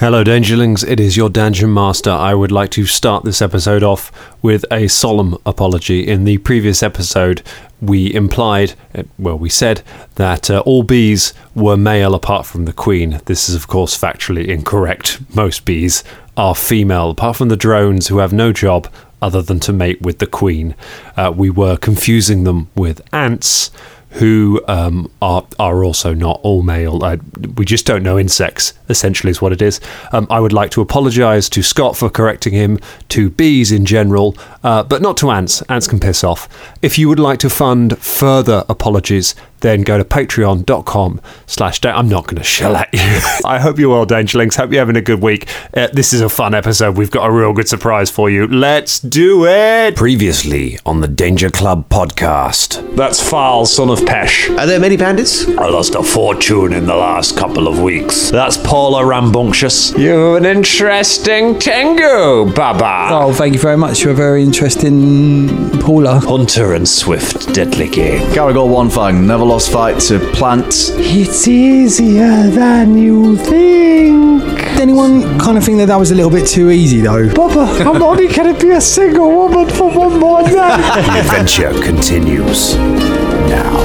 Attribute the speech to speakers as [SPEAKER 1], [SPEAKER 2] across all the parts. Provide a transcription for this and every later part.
[SPEAKER 1] Hello, Dangerlings. It is your Dungeon Master. I would like to start this episode off with a solemn apology. In the previous episode, we implied, eh, well, we said that uh, all bees were male apart from the queen. This is, of course, factually incorrect. Most bees are female, apart from the drones who have no job other than to mate with the queen. Uh, we were confusing them with ants who um, are are also not all male. I, we just don't know insects. Essentially, is what it is. Um, I would like to apologise to Scott for correcting him to bees in general, uh, but not to ants. Ants can piss off. If you would like to fund further apologies, then go to patreon.com slash da- I'm not going to shell at you. I hope you're well, Dangerlings. Hope you're having a good week. Uh, this is a fun episode. We've got a real good surprise for you. Let's do it.
[SPEAKER 2] Previously on the Danger Club podcast.
[SPEAKER 3] That's Fal, son of Pesh.
[SPEAKER 4] Are there many bandits?
[SPEAKER 3] I lost a fortune in the last couple of weeks. That's Paula Rambunctious.
[SPEAKER 2] You're an interesting tango, Baba.
[SPEAKER 5] Oh, thank you very much. You're a very interesting Paula.
[SPEAKER 1] Oh.
[SPEAKER 3] Hunter and Swift, deadly game.
[SPEAKER 4] Caragol one thing, never lost fight to plants.
[SPEAKER 5] It's easier than you think. Did anyone kind of think that that was a little bit too easy, though? Papa, I'm only going to be a single woman for one more night.
[SPEAKER 2] The adventure continues now.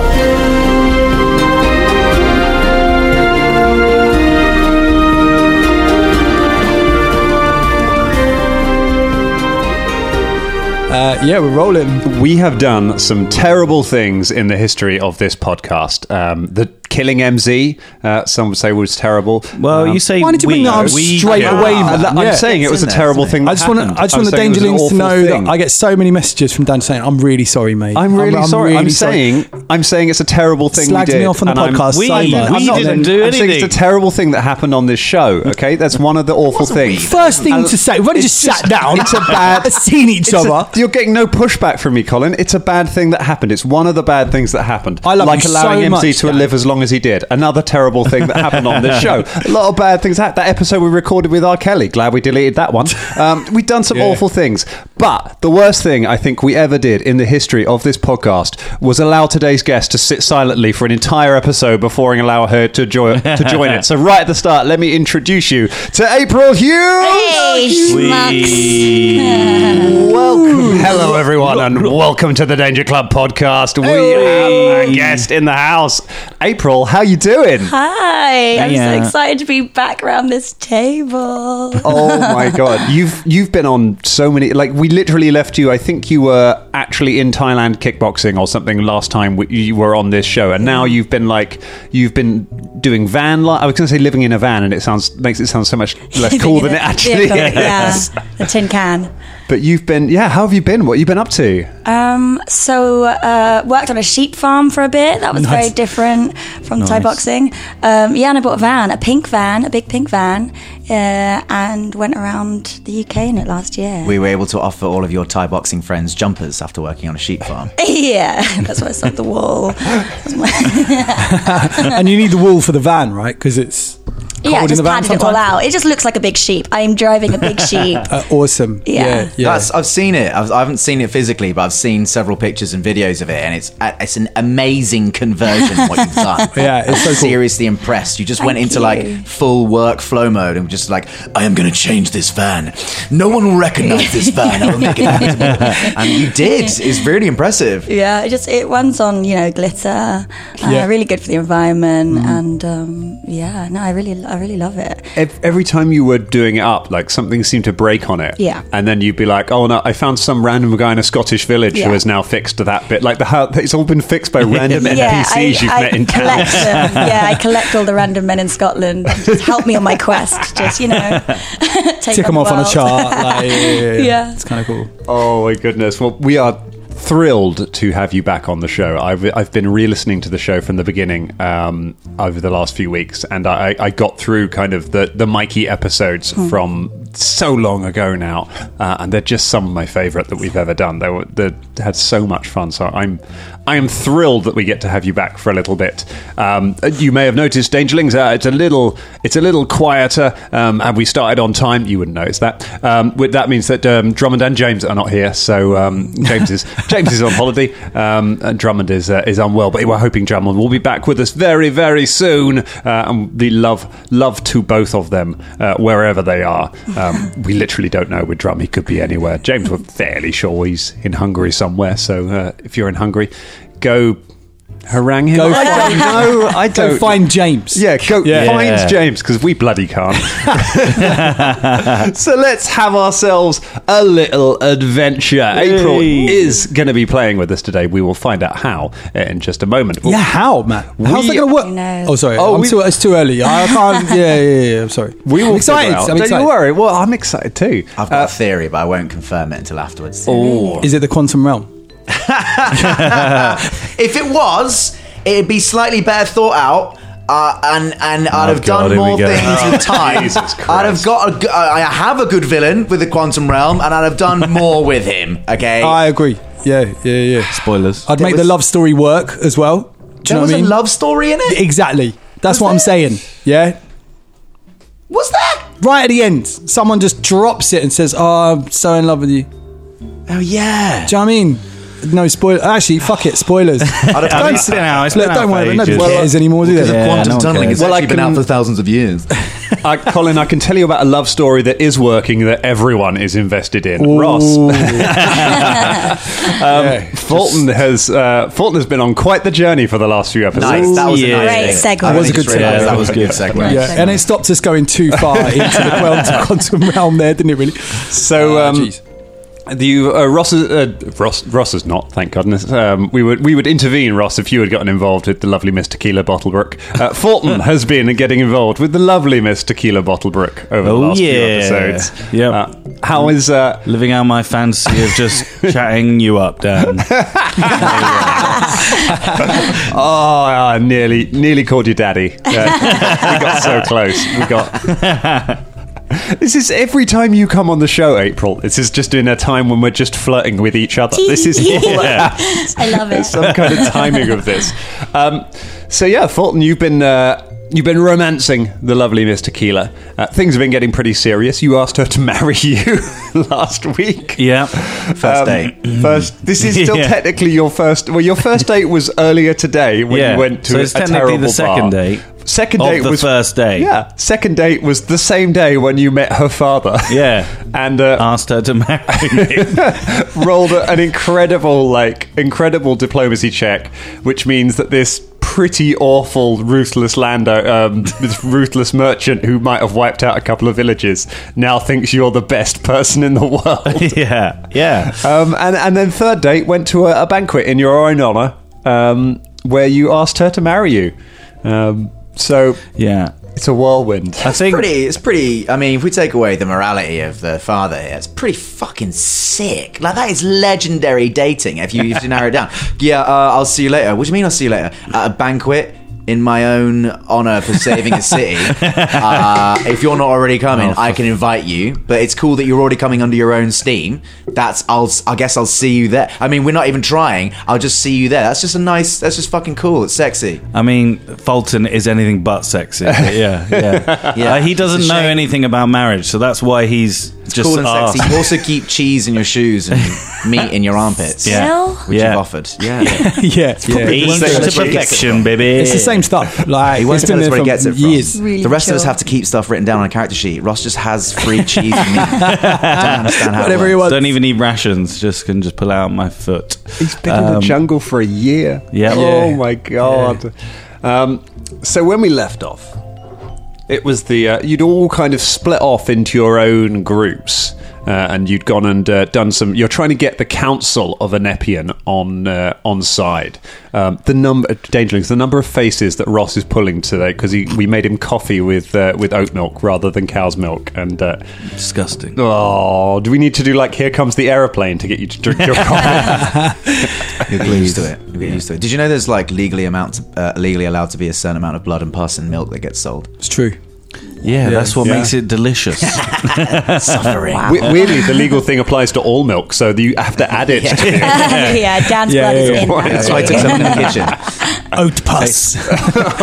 [SPEAKER 3] Uh, yeah, we're rolling. We have done some terrible things in the history of this podcast. Um, the killing MZ, uh, some would say was terrible.
[SPEAKER 6] Well, you say
[SPEAKER 5] Why did you
[SPEAKER 6] we,
[SPEAKER 5] bring that up
[SPEAKER 6] we-
[SPEAKER 5] straight
[SPEAKER 6] yeah.
[SPEAKER 5] away?
[SPEAKER 3] I-
[SPEAKER 5] man?
[SPEAKER 3] I'm
[SPEAKER 5] Yeah.
[SPEAKER 3] saying it was a terrible thing.
[SPEAKER 5] I just want to. I just want
[SPEAKER 3] Oh,
[SPEAKER 5] the Dangerlings to know that I get so many messages from Dan saying, "I'm really sorry, mate."
[SPEAKER 3] am really sorry. I'm
[SPEAKER 5] really
[SPEAKER 3] saying. I'm saying it's a terrible thing.
[SPEAKER 5] Slagged
[SPEAKER 3] we did,
[SPEAKER 5] me off on the
[SPEAKER 3] and I'm-
[SPEAKER 5] podcast
[SPEAKER 6] we-
[SPEAKER 5] so
[SPEAKER 6] we
[SPEAKER 5] much.
[SPEAKER 3] I'm not then-
[SPEAKER 6] didn't do
[SPEAKER 3] I'm saying It's a
[SPEAKER 6] anything.
[SPEAKER 3] terrible thing that happened on this show. Okay, that's one of the awful things.
[SPEAKER 5] First thing to say, when you just sat down, it's a bad. Seen each
[SPEAKER 3] It's a-
[SPEAKER 5] other.
[SPEAKER 3] you're getting no pushback from me, Colin. It's a bad thing that happened. It's one of the bad things that happened.
[SPEAKER 5] I love
[SPEAKER 3] like
[SPEAKER 5] you
[SPEAKER 3] allowing
[SPEAKER 5] so
[SPEAKER 3] MC
[SPEAKER 5] much,
[SPEAKER 3] to
[SPEAKER 5] Dan.
[SPEAKER 3] live as long as he did. Another terrible thing that happened on this show. A lot of bad things happened. That episode we recorded with R. Kelly. Glad we deleted that one. Um, we've done some awful things, but the worst thing I think we ever did in the history of this podcast was allow today's guest to sit silently for an entire episode before and allow her to join to join it. So right at the start, let me introduce you to April Hughes.
[SPEAKER 7] Hey, schmucks.
[SPEAKER 3] Welcome, hello everyone, and welcome to the Danger Club podcast. We have a guest in the house. April, how you doing?
[SPEAKER 7] Hi, I'm
[SPEAKER 6] Yeah.
[SPEAKER 7] so excited to be back around this table.
[SPEAKER 3] Oh my god, you've you've been on so many. Like we literally left you. I think you were actually in Thailand kickboxing or something last time we, you were on this show, and now you've been like you've been doing van. Li- I was going to say living in a van, and it sounds makes it sound so much less cool than it actually
[SPEAKER 7] yeah,
[SPEAKER 3] is.
[SPEAKER 7] Yeah, the tin can.
[SPEAKER 3] But you've been, yeah. How have you been? What have you been up to?
[SPEAKER 7] Um, so uh, worked on a sheep farm for a bit. That was very different from Thai boxing. Um, yeah, and I bought a van, a pink van, a big pink van, uh, and went around the UK in it last year.
[SPEAKER 8] We were able to offer all of your Thai boxing friends jumpers after working on a sheep farm.
[SPEAKER 7] yeah, that's why I saw the wall.
[SPEAKER 5] and you need the wall for the van, right? Because it's
[SPEAKER 7] yeah,
[SPEAKER 5] in
[SPEAKER 7] just
[SPEAKER 5] the van
[SPEAKER 7] padded it all
[SPEAKER 5] sometimes?
[SPEAKER 7] out. It just looks like a big sheep. I'm driving a big sheep.
[SPEAKER 5] uh, awesome.
[SPEAKER 7] Yeah.
[SPEAKER 5] yeah. yeah.
[SPEAKER 8] That's, I've seen it. I've, I haven't seen it physically, but I've seen several pictures and videos of it, and it's uh, it's an amazing conversion what you've done.
[SPEAKER 5] Yeah, it's
[SPEAKER 8] I'm
[SPEAKER 5] so cool.
[SPEAKER 8] seriously impressed. You just went
[SPEAKER 7] Thank
[SPEAKER 8] into
[SPEAKER 7] you.
[SPEAKER 8] like full workflow mode and just like, I am going to change this van. No one will recognize this van. I will make it invisible." and you did. It's really impressive.
[SPEAKER 7] Yeah, it just it runs on you know glitter. Uh, Really good for the environment, and um, yeah, no, I really I really love it.
[SPEAKER 3] Ev- Every time you were doing it up, like something seemed to break on it.
[SPEAKER 7] Yeah.
[SPEAKER 3] And then you'd be like, oh no, I found some random guy in a Scottish village who
[SPEAKER 7] Yeah.
[SPEAKER 3] is now fixed to that bit. Like the how it's all been fixed by random
[SPEAKER 7] yeah,
[SPEAKER 3] NPCs you've met in town.
[SPEAKER 7] collect them. Yeah, I collect all the random men in Scotland. Just help me on my quest. Just you know, take
[SPEAKER 5] Tick them
[SPEAKER 7] the
[SPEAKER 5] off on a
[SPEAKER 7] world.
[SPEAKER 5] chart. Like, yeah, yeah, yeah.
[SPEAKER 7] Yeah.
[SPEAKER 5] it's kind of cool.
[SPEAKER 3] Oh my goodness. Well, we are thrilled to have you back on the show. I've, I've been re listening to the show from the beginning um, over the last few weeks, and I, I got through kind of the, the Mikey episodes
[SPEAKER 7] Hmm.
[SPEAKER 3] from so long ago now, uh, and they're just some of my favourite that we've ever done. They, were, they had so much fun, so I'm I am thrilled that we get to have you back for a little bit. Um, you may have noticed, Dangerlings, uh, it's a little it's a little quieter, um, and we started on time. You wouldn't notice that. Um, with- that means that um, Drummond and James are not here, so um, James is James is on holiday. Um, and Drummond is uh, is unwell, but we're hoping Drummond will be back with us very, very soon. Uh, and the love love to both of them uh, wherever they are. Um, we literally don't know with Drum; he could be anywhere. James, we're fairly sure he's in Hungary somewhere. So uh, if you're in Hungary, go harangue him.
[SPEAKER 5] Go find, no, I don't. Go find James.
[SPEAKER 3] Yeah, go
[SPEAKER 6] Yeah.
[SPEAKER 3] find
[SPEAKER 6] Yeah.
[SPEAKER 3] James because we bloody can't. so let's have ourselves a little adventure. April is going to be playing with us today. We will find out how uh, in just a moment.
[SPEAKER 5] Yeah, how, man? How's that
[SPEAKER 3] We-
[SPEAKER 5] going to work?
[SPEAKER 7] Who knows?
[SPEAKER 5] Oh, sorry.
[SPEAKER 3] Oh,
[SPEAKER 5] I'm
[SPEAKER 3] we-
[SPEAKER 5] too, it's too early. I can't. Yeah, yeah, yeah. I'm sorry.
[SPEAKER 3] We will
[SPEAKER 5] I'm excited.
[SPEAKER 3] figure out.
[SPEAKER 5] I'm
[SPEAKER 3] Don't
[SPEAKER 5] excited.
[SPEAKER 3] you worry. Well, I'm excited too.
[SPEAKER 8] I've got a theory, but I won't confirm it until afterwards.
[SPEAKER 3] Oh,
[SPEAKER 5] Is it the quantum realm?
[SPEAKER 8] If it was, it'd be slightly better thought out. Uh, and and I'd have
[SPEAKER 6] God,
[SPEAKER 8] done
[SPEAKER 6] here we
[SPEAKER 8] more
[SPEAKER 6] go.
[SPEAKER 8] things with time.
[SPEAKER 3] Jesus Christ.
[SPEAKER 8] I'd have got. A, g- uh, I have a good villain with the quantum realm, and I'd have done more with him. Okay.
[SPEAKER 5] I agree. Yeah, yeah, yeah.
[SPEAKER 6] Spoilers.
[SPEAKER 5] I'd make
[SPEAKER 8] was-
[SPEAKER 5] the love story work as well. Do you
[SPEAKER 8] there
[SPEAKER 5] know
[SPEAKER 8] was
[SPEAKER 5] what I mean?
[SPEAKER 8] a love story in it.
[SPEAKER 5] exactly. That's what I'm saying. Yeah.
[SPEAKER 8] Was there?
[SPEAKER 5] Right at the end, someone just drops it and says, "Oh, I'm so in love with you."
[SPEAKER 8] Oh yeah.
[SPEAKER 5] Do you know what I mean? No spoiler. Actually, fuck it. Spoilers.
[SPEAKER 8] I'd have done.
[SPEAKER 6] It's been out. It's been
[SPEAKER 5] Look,
[SPEAKER 6] out
[SPEAKER 5] don't
[SPEAKER 6] for
[SPEAKER 5] worry. about it. Nobody
[SPEAKER 6] ages.
[SPEAKER 5] cares anymore, do they?
[SPEAKER 6] Yeah,
[SPEAKER 8] uh, quantum
[SPEAKER 6] no one
[SPEAKER 8] tunneling has
[SPEAKER 6] cares.
[SPEAKER 3] Well, I
[SPEAKER 8] actually been
[SPEAKER 3] can-
[SPEAKER 8] out for thousands of years.
[SPEAKER 3] I, Colin, I can tell you about a love story that is working that everyone is invested in. Ross. Um, Fulton has uh, Fulton has been on quite the journey for the last few episodes.
[SPEAKER 8] Nice. That was
[SPEAKER 6] yeah.
[SPEAKER 8] a
[SPEAKER 7] Great
[SPEAKER 8] nice
[SPEAKER 7] segue.
[SPEAKER 8] I
[SPEAKER 7] Was
[SPEAKER 8] only
[SPEAKER 7] a
[SPEAKER 5] good
[SPEAKER 8] just realised
[SPEAKER 6] segue.
[SPEAKER 8] That was a good segue.
[SPEAKER 5] Yeah, and it stopped us going too far into the quantum- quantum realm there, didn't it? Really?
[SPEAKER 3] So
[SPEAKER 5] Ah,
[SPEAKER 3] um,
[SPEAKER 5] jeez.
[SPEAKER 3] the uh, Ross, is- uh, Ross, Ross is not. Thank goodness. Um, we would we would intervene, Ross, if you had gotten involved with the lovely Miss Tequila Bottlebrook. Uh, Fulton has been getting involved with the lovely Miss Tequila Bottlebrook over the
[SPEAKER 6] Oh,
[SPEAKER 3] last
[SPEAKER 6] yeah.
[SPEAKER 3] few episodes.
[SPEAKER 6] Yep.
[SPEAKER 3] Uh, how is uh,
[SPEAKER 6] Living out my fantasy of just chatting you up, Dan.
[SPEAKER 3] Oh, I nearly, nearly called you daddy. Uh, we got so close. We got. This is every time you come on the show, April. This is just in a time when we're just flirting with each other. This is
[SPEAKER 7] Yeah. I love it.
[SPEAKER 3] some kind of timing of this. Um, so yeah, Fulton, you've been uh, you've been romancing the lovely Miss Tequila. Uh, things have been getting pretty serious. You asked her to marry you last week.
[SPEAKER 6] yeah.
[SPEAKER 3] Um,
[SPEAKER 8] First date.
[SPEAKER 3] First, this is still
[SPEAKER 6] Yeah.
[SPEAKER 3] technically your first. Well, your first date was earlier today when
[SPEAKER 6] Yeah.
[SPEAKER 3] you went to
[SPEAKER 6] So
[SPEAKER 3] a,
[SPEAKER 6] it's
[SPEAKER 3] a
[SPEAKER 6] technically
[SPEAKER 3] terrible
[SPEAKER 6] the second
[SPEAKER 3] bar.
[SPEAKER 6] date
[SPEAKER 3] Second
[SPEAKER 6] of
[SPEAKER 3] date
[SPEAKER 6] the
[SPEAKER 3] was
[SPEAKER 6] first date.
[SPEAKER 3] Yeah, second date was the same day when you met her father.
[SPEAKER 6] Yeah.
[SPEAKER 3] and uh,
[SPEAKER 6] Asked her to marry me.
[SPEAKER 3] rolled an incredible, like incredible diplomacy check, which means that this pretty awful, ruthless lando, um, this ruthless merchant who might have wiped out a couple of villages, now thinks you're the best person in the world.
[SPEAKER 6] yeah. Yeah.
[SPEAKER 3] Um, and, and then third date went to a, a banquet in your own honour, um, where you asked her to marry you. Um, so
[SPEAKER 6] Yeah.
[SPEAKER 3] it's a whirlwind.
[SPEAKER 6] I think
[SPEAKER 8] pretty. It's pretty. I mean, if we take away the morality of the father here, it's pretty fucking sick. Like that is legendary dating. If you if you narrow it down, yeah, uh, I'll see you later. What do you mean? I'll see you later at a banquet. In my own honor for saving a city. Uh, if you're not already coming, I can invite you. But it's cool that you're already coming under your own steam. That's I'll. I guess I'll see you there. I mean, we're not even trying. I'll just see you there. That's just a nice. That's just fucking cool. It's sexy.
[SPEAKER 6] I mean, Fulton is anything but sexy. But yeah, yeah.
[SPEAKER 8] Yeah.
[SPEAKER 6] Uh, he doesn't
[SPEAKER 8] It's a
[SPEAKER 6] know
[SPEAKER 8] shame.
[SPEAKER 6] anything about marriage, so that's why he's just
[SPEAKER 8] cool and sexy.
[SPEAKER 5] Ah.
[SPEAKER 6] asked.
[SPEAKER 8] You also keep cheese in your shoes and meat in your armpits.
[SPEAKER 6] Yeah.
[SPEAKER 7] Still?
[SPEAKER 8] Which
[SPEAKER 6] Yeah.
[SPEAKER 8] you've offered. Yeah.
[SPEAKER 5] Yeah, yeah.
[SPEAKER 6] Aged
[SPEAKER 8] same
[SPEAKER 6] to
[SPEAKER 8] cheese.
[SPEAKER 6] perfection, baby.
[SPEAKER 5] It's the same stuff. Like
[SPEAKER 8] He
[SPEAKER 5] it's
[SPEAKER 8] won't
[SPEAKER 5] been
[SPEAKER 8] tell us
[SPEAKER 5] there
[SPEAKER 8] where he
[SPEAKER 5] for
[SPEAKER 8] gets it from.
[SPEAKER 5] years.
[SPEAKER 7] Really
[SPEAKER 8] the rest of us
[SPEAKER 7] chill.
[SPEAKER 8] have to keep stuff written down on a character sheet. Ross just has free cheese and meat. Don't understand how
[SPEAKER 5] Whatever
[SPEAKER 8] it
[SPEAKER 5] he
[SPEAKER 8] works.
[SPEAKER 5] wants.
[SPEAKER 6] Don't even need rations. Just can just pull out my foot.
[SPEAKER 3] He's been in the jungle for a year.
[SPEAKER 6] Yeah.
[SPEAKER 3] Oh
[SPEAKER 6] Yeah.
[SPEAKER 3] my god. Um, so when we left off, it was the uh, you'd all kind of split off into your own groups. Uh, and you'd gone and uh, done some. You're trying to get the council of Anepian on uh, on side. Um, the number, Dangerlings, the number of faces that Ross is pulling today because we made him coffee with uh, with oat milk rather than cow's milk. And uh,
[SPEAKER 6] Disgusting.
[SPEAKER 3] oh, do we need to do like here comes the aeroplane to get you to drink your coffee?
[SPEAKER 8] You'll get used to it. You'll get used to it. Did you know there's like legally amount, uh, legally allowed to be a certain amount of blood and pus and milk that gets sold?
[SPEAKER 5] It's true.
[SPEAKER 6] Yeah, that's what
[SPEAKER 3] Yeah.
[SPEAKER 6] makes it delicious.
[SPEAKER 8] Suffering.
[SPEAKER 3] We- Weirdly, the legal thing applies to all milk, so you have to add it.
[SPEAKER 7] yeah, Dan's
[SPEAKER 5] Yeah,
[SPEAKER 7] blood
[SPEAKER 5] yeah,
[SPEAKER 7] is
[SPEAKER 5] yeah.
[SPEAKER 7] in.
[SPEAKER 3] Why
[SPEAKER 7] that.
[SPEAKER 8] That's why I took some in the kitchen.
[SPEAKER 6] oat pus.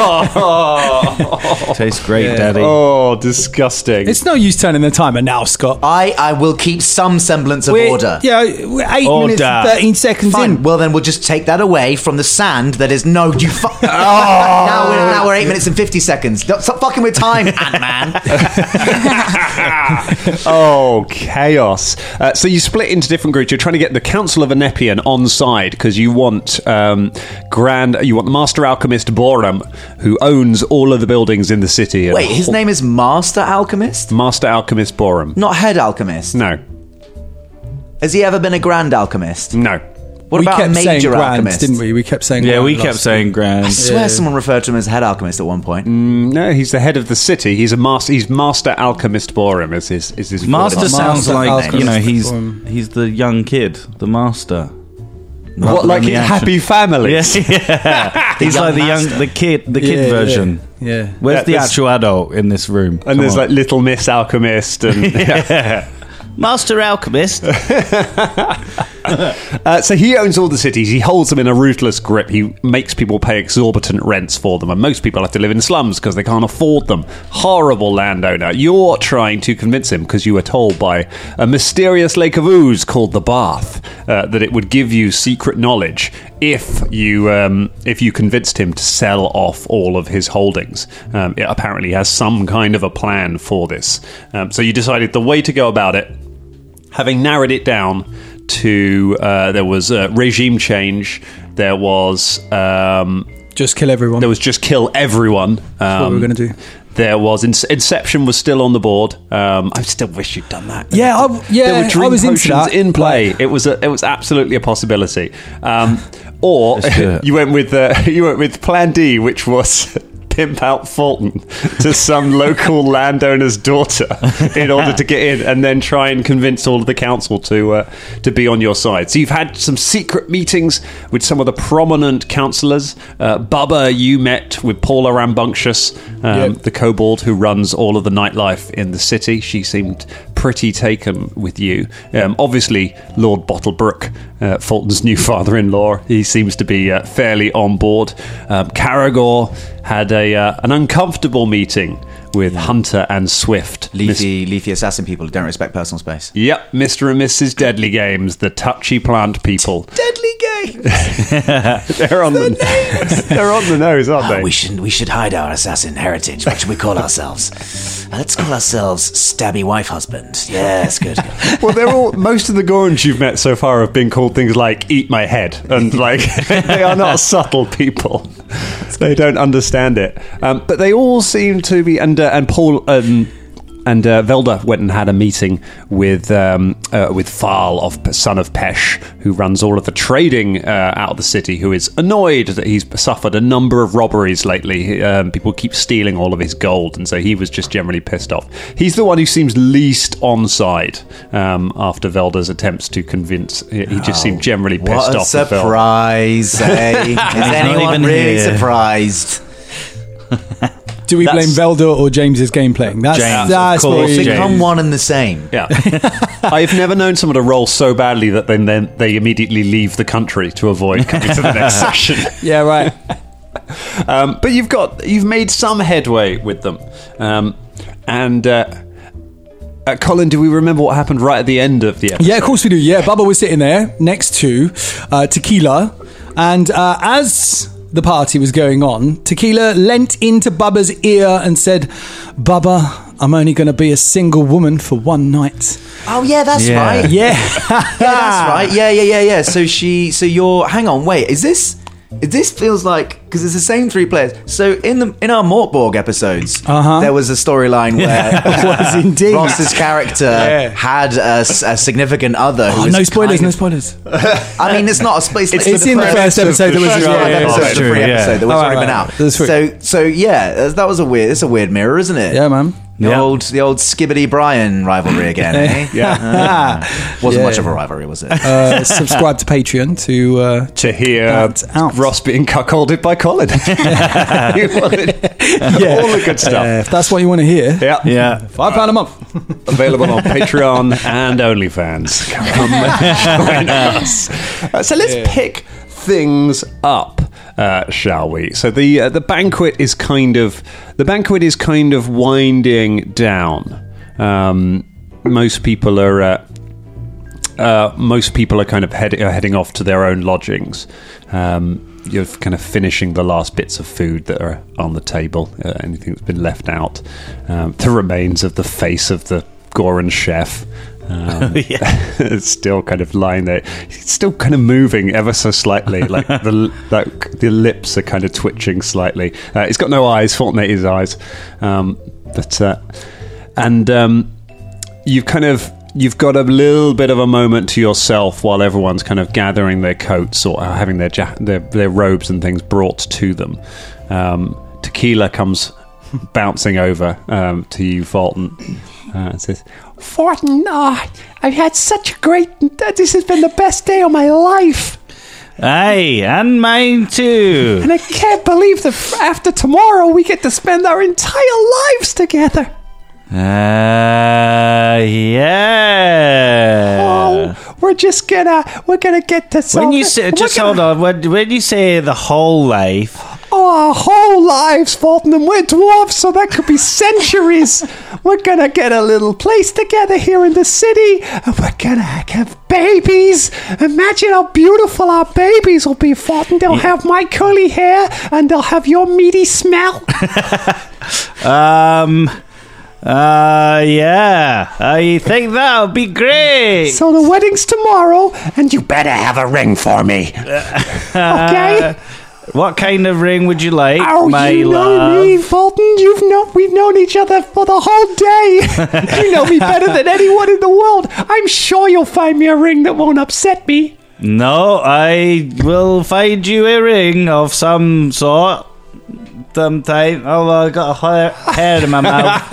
[SPEAKER 6] Tastes great, Daddy.
[SPEAKER 3] Oh, disgusting.
[SPEAKER 5] It's no use turning the timer now, Scott.
[SPEAKER 8] I, I will keep some semblance of
[SPEAKER 5] We're-
[SPEAKER 8] order.
[SPEAKER 5] Yeah, we're eight
[SPEAKER 6] Order.
[SPEAKER 5] minutes and thirteen seconds
[SPEAKER 8] Fine.
[SPEAKER 5] in.
[SPEAKER 8] Well, then we'll just take that away from the sand that is no. You fu- oh. now, we're, now we're eight minutes and fifty seconds. Don't- Stop fucking with time, Ant Man.
[SPEAKER 3] oh, chaos. Uh, so you split into different groups. You're trying to get the Council of Anepian on side because you want um, Grand, you want the Master Alchemist Borum, who owns all of the buildings in the city. and-
[SPEAKER 8] Wait, his name is Master Alchemist,
[SPEAKER 3] Master Alchemist Borum.
[SPEAKER 8] not Head Alchemist.
[SPEAKER 3] No,
[SPEAKER 8] Has he ever been a Grand Alchemist?
[SPEAKER 3] no.
[SPEAKER 8] What
[SPEAKER 5] Mm. we
[SPEAKER 8] about
[SPEAKER 5] kept saying
[SPEAKER 8] Major
[SPEAKER 5] grand,
[SPEAKER 8] Alchemist?
[SPEAKER 5] didn't we? We kept saying
[SPEAKER 6] yeah,
[SPEAKER 5] grand
[SPEAKER 6] we
[SPEAKER 5] last
[SPEAKER 6] kept saying grand.
[SPEAKER 8] I swear someone referred to him as Head Alchemist at one point.
[SPEAKER 5] Mm.
[SPEAKER 3] No, he's the head of the city. He's a master. He's Master Alchemist Borum. Is his is his full
[SPEAKER 6] Master
[SPEAKER 3] name.
[SPEAKER 6] sounds
[SPEAKER 5] Master
[SPEAKER 6] like
[SPEAKER 5] Alchemist
[SPEAKER 6] you know he's
[SPEAKER 5] from-
[SPEAKER 6] he's the young kid, the master.
[SPEAKER 3] What like in Happy Family?
[SPEAKER 6] Yes, yeah. he's
[SPEAKER 8] young
[SPEAKER 6] like the young,
[SPEAKER 8] master.
[SPEAKER 6] the kid, the kid
[SPEAKER 5] Yeah,
[SPEAKER 6] version.
[SPEAKER 5] yeah, yeah.
[SPEAKER 6] Where's
[SPEAKER 3] Yeah,
[SPEAKER 6] the
[SPEAKER 3] there's-
[SPEAKER 6] actual adult in this room?
[SPEAKER 3] And there's like Little Miss Alchemist and
[SPEAKER 6] Master Alchemist.
[SPEAKER 3] Uh, so he owns all the cities. He holds them in a ruthless grip. He makes people pay exorbitant rents for them, and most people have to live in slums because they can't afford them. Horrible landowner. You're trying to convince him because you were told by a mysterious lake of ooze called the Bath uh, that it would give you secret knowledge if you um, if you convinced him to sell off all of his holdings. Um, it apparently has some kind of a plan for this. Um, so you decided the way to go about it having narrowed it down to uh, there was uh, regime change, there was um,
[SPEAKER 5] Just kill everyone.
[SPEAKER 3] there was just kill everyone. Um, That's
[SPEAKER 5] what we were gonna do.
[SPEAKER 3] There was in- Inception was still on the board. Um, I still wish you'd done that.
[SPEAKER 5] Yeah, I- yeah,
[SPEAKER 3] there were dream
[SPEAKER 5] I was into
[SPEAKER 3] potions
[SPEAKER 5] that.
[SPEAKER 3] in play. It was a, it was absolutely a possibility. Um, or
[SPEAKER 6] do it.
[SPEAKER 3] you went with uh, you went with Plan D, which was. Pimp out Fulton to some local landowner's daughter in order to get in, and then try and convince all of the council to uh, to be on your side. So you've had some secret meetings with some of the prominent councillors. Uh, Bubba, you met with Paula Rambunctious, um, the kobold who runs all of the nightlife in the city. She seemed pretty taken with you. Um, obviously, Lord Bottlebrook, uh, Fulton's new father in law, he seems to be uh, fairly on board. Um, Caragor had a uh, an uncomfortable meeting with Hunter and Swift. Mis-
[SPEAKER 8] Leafy, leafy assassin people who don't respect personal space.
[SPEAKER 3] Yep, Mr. and Mrs. Deadly Games, the touchy plant people.
[SPEAKER 8] Deadly gay.
[SPEAKER 3] They're on the, they're on the nose, aren't
[SPEAKER 8] Oh,
[SPEAKER 3] they?
[SPEAKER 8] we should we should hide our assassin heritage, which we call ourselves. Uh, let's call ourselves Stabby Wife Husband. Yes, good. good.
[SPEAKER 3] well, they're all most of the Gorns you've met so far have been called things like "eat my head" and like they are not subtle people. They don't understand it, um, but they all seem to be. And uh, and Paul um, and uh, Velda went and had a meeting with um, uh, with Farl of Son of Pesh, who runs all of the trading uh, out of the city, who is annoyed that he's suffered a number of robberies lately. Um, people keep stealing all of his gold, and so he was just generally pissed off. He's the one who seems least on side um, after Velda's attempts to convince. He he just seemed generally pissed
[SPEAKER 8] Oh, What a
[SPEAKER 3] off. with Velda.
[SPEAKER 8] surprise! eh? Is anyone
[SPEAKER 6] even
[SPEAKER 8] really
[SPEAKER 6] here.
[SPEAKER 8] surprised?
[SPEAKER 5] Do we blame
[SPEAKER 6] That's-
[SPEAKER 5] Velda or James's game playing? That's
[SPEAKER 6] James, of
[SPEAKER 5] that's what
[SPEAKER 6] course,
[SPEAKER 5] we-
[SPEAKER 8] They
[SPEAKER 6] James.
[SPEAKER 8] become one and the same.
[SPEAKER 3] Yeah, I've never known someone to roll so badly that then then they immediately leave the country to avoid coming to the next session.
[SPEAKER 5] Yeah, right.
[SPEAKER 3] Um, but you've got you've made some headway with them, um, and uh, uh, Colin, do we remember what happened right at the end of the episode?
[SPEAKER 5] Yeah, of course we do. Yeah, Bubba was sitting there next to uh, Tequila, and uh, as the party was going on, Tequila leant into Bubba's ear and said, "Bubba, I'm only going to be a single woman for one night."
[SPEAKER 8] Oh yeah, that's
[SPEAKER 6] Yeah.
[SPEAKER 8] right. Yeah,
[SPEAKER 5] Yeah,
[SPEAKER 8] that's right. Yeah, yeah, yeah, yeah. So she, so you're. Hang on, wait. Is this? This feels like because it's the same three players. So in the in our Mortborg episodes,
[SPEAKER 5] Uh-huh.
[SPEAKER 8] there was a storyline where
[SPEAKER 5] was indeed.
[SPEAKER 8] Ross's character
[SPEAKER 5] Yeah.
[SPEAKER 8] had a, s- a significant other. who
[SPEAKER 5] Oh,
[SPEAKER 8] was
[SPEAKER 5] no spoilers,
[SPEAKER 8] kind
[SPEAKER 5] no
[SPEAKER 8] of-
[SPEAKER 5] spoilers.
[SPEAKER 8] I mean, it's not a space.
[SPEAKER 5] It's, in the first episode that was
[SPEAKER 8] First
[SPEAKER 5] yeah,
[SPEAKER 8] live
[SPEAKER 5] yeah,
[SPEAKER 8] episode,
[SPEAKER 5] yeah.
[SPEAKER 8] the free
[SPEAKER 6] yeah.
[SPEAKER 8] episode that was
[SPEAKER 5] All
[SPEAKER 8] already
[SPEAKER 5] right,
[SPEAKER 8] been
[SPEAKER 5] right,
[SPEAKER 8] out.
[SPEAKER 5] right. That's free.
[SPEAKER 8] So, so yeah, that's- that was a weird. It's a weird mirror, isn't it?
[SPEAKER 5] Yeah, man.
[SPEAKER 8] The
[SPEAKER 6] Yeah.
[SPEAKER 8] old, the old Skibbity Brian rivalry again. eh?
[SPEAKER 5] Yeah.
[SPEAKER 8] Wasn't
[SPEAKER 5] Yeah.
[SPEAKER 8] much of a rivalry, was it?
[SPEAKER 5] Ah. Uh, subscribe to Patreon to uh,
[SPEAKER 3] To hear
[SPEAKER 5] That's out.
[SPEAKER 3] Ross being cuckolded by Colin, You wanted all the good
[SPEAKER 5] uh,
[SPEAKER 3] stuff.
[SPEAKER 5] if that's what you want to hear.
[SPEAKER 3] yeah,
[SPEAKER 6] yeah,
[SPEAKER 5] Five pound a month.
[SPEAKER 3] available on Patreon and OnlyFans. Come join us. Uh, so let's pick things up, uh, shall we? So the uh, the banquet is kind of the banquet is kind of winding down. Um, most people are. Uh, uh, most people are kind of head- are heading off to their own lodgings. Um, you're kind of finishing the last bits of food that are on the table, uh, anything that's been left out, um, the remains of the face of the Goran chef. Um, it's still kind of lying there. It's still kind of moving ever so slightly. Like the like the lips are kind of twitching slightly. Uh, it's got no eyes. Fortnite's eyes, um, but uh, and um, you've kind of you've got a little bit of a moment to yourself while everyone's kind of gathering their coats or having their ja- their, their robes and things brought to them. Um, tequila comes bouncing over um, to you, Fulton, uh, and says,
[SPEAKER 9] Fortin, ah, I've had such a great. This has been the best day of my life,
[SPEAKER 6] Aye, and mine too.
[SPEAKER 9] and I can't believe that f- after tomorrow we get to spend our entire lives together.
[SPEAKER 6] Uh, yeah.
[SPEAKER 9] Oh, we're just gonna, we're gonna get to.
[SPEAKER 6] when
[SPEAKER 9] solve
[SPEAKER 6] you
[SPEAKER 3] oh,
[SPEAKER 9] it.
[SPEAKER 6] say,
[SPEAKER 9] We're
[SPEAKER 6] just
[SPEAKER 9] gonna-
[SPEAKER 6] hold on. When, when you say the whole life,
[SPEAKER 9] Oh, our whole lives, Fulton, and we're dwarfs, so that could be centuries. we're gonna get a little place together here in the city, and we're gonna have babies. Imagine how beautiful our babies will be, Fulton. They'll have my curly hair, and they'll have your meaty smell.
[SPEAKER 6] um, uh, yeah, I think that would be great.
[SPEAKER 9] so the wedding's tomorrow, and you better have a ring for me. okay?
[SPEAKER 6] what kind of ring would you like,
[SPEAKER 9] Oh,
[SPEAKER 6] my
[SPEAKER 9] you know
[SPEAKER 6] love?
[SPEAKER 9] me, Fulton. You've known we've known each other for the whole day. you know me better than anyone in the world. I'm sure you'll find me a ring that won't upset me.
[SPEAKER 6] No, I will find you a ring of some sort. Sometime. Oh, I got a hair, hair in my mouth.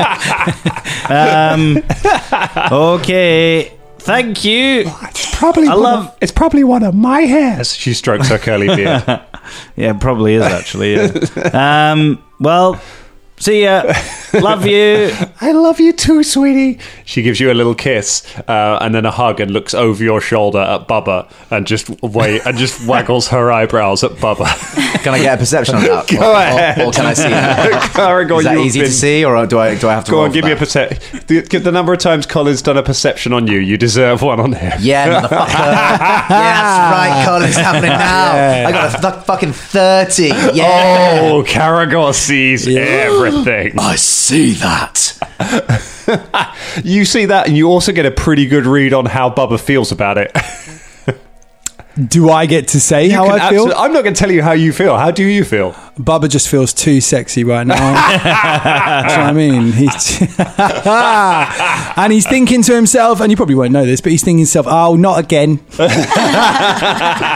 [SPEAKER 6] um, okay. Thank you.
[SPEAKER 9] It's probably
[SPEAKER 6] I
[SPEAKER 9] one
[SPEAKER 6] love-
[SPEAKER 9] of, it's probably one of my hairs.
[SPEAKER 3] "She strokes her curly beard."
[SPEAKER 6] Yeah, it probably is actually. Yeah. um, well, see ya. Love you.
[SPEAKER 9] I love you too, sweetie.
[SPEAKER 3] She gives you a little kiss uh, and then a hug and looks over your shoulder at Bubba and just wait and just waggles her eyebrows at Bubba.
[SPEAKER 8] Can I get a perception on that? Go or,
[SPEAKER 3] ahead.
[SPEAKER 8] Or, or can I see? That?
[SPEAKER 3] Aragorn,
[SPEAKER 8] Is that
[SPEAKER 3] you've
[SPEAKER 8] easy
[SPEAKER 3] been-
[SPEAKER 8] to see, or do I do I have to?
[SPEAKER 3] Go
[SPEAKER 8] roll
[SPEAKER 3] on,
[SPEAKER 8] for
[SPEAKER 3] give me a
[SPEAKER 8] that?
[SPEAKER 3] perception. Give the number of times Colin's done a perception on you. You deserve one on him.
[SPEAKER 8] Yeah, motherfucker. yeah, that's right, Colin. It's happening now. I got a th- fucking 30. Yeah.
[SPEAKER 3] Oh, Caragor sees everything.
[SPEAKER 8] I see that.
[SPEAKER 3] You see that, and you also get a pretty good read on how Bubba feels about it.
[SPEAKER 5] Do I get to say how
[SPEAKER 3] Can
[SPEAKER 5] I feel?
[SPEAKER 3] absolute- I'm not going to tell you how you feel. How do you feel?
[SPEAKER 5] Bubba just feels too sexy right now. That's what I mean. He's and he's thinking to himself, and you probably won't know this, but he's thinking to himself, oh, not again.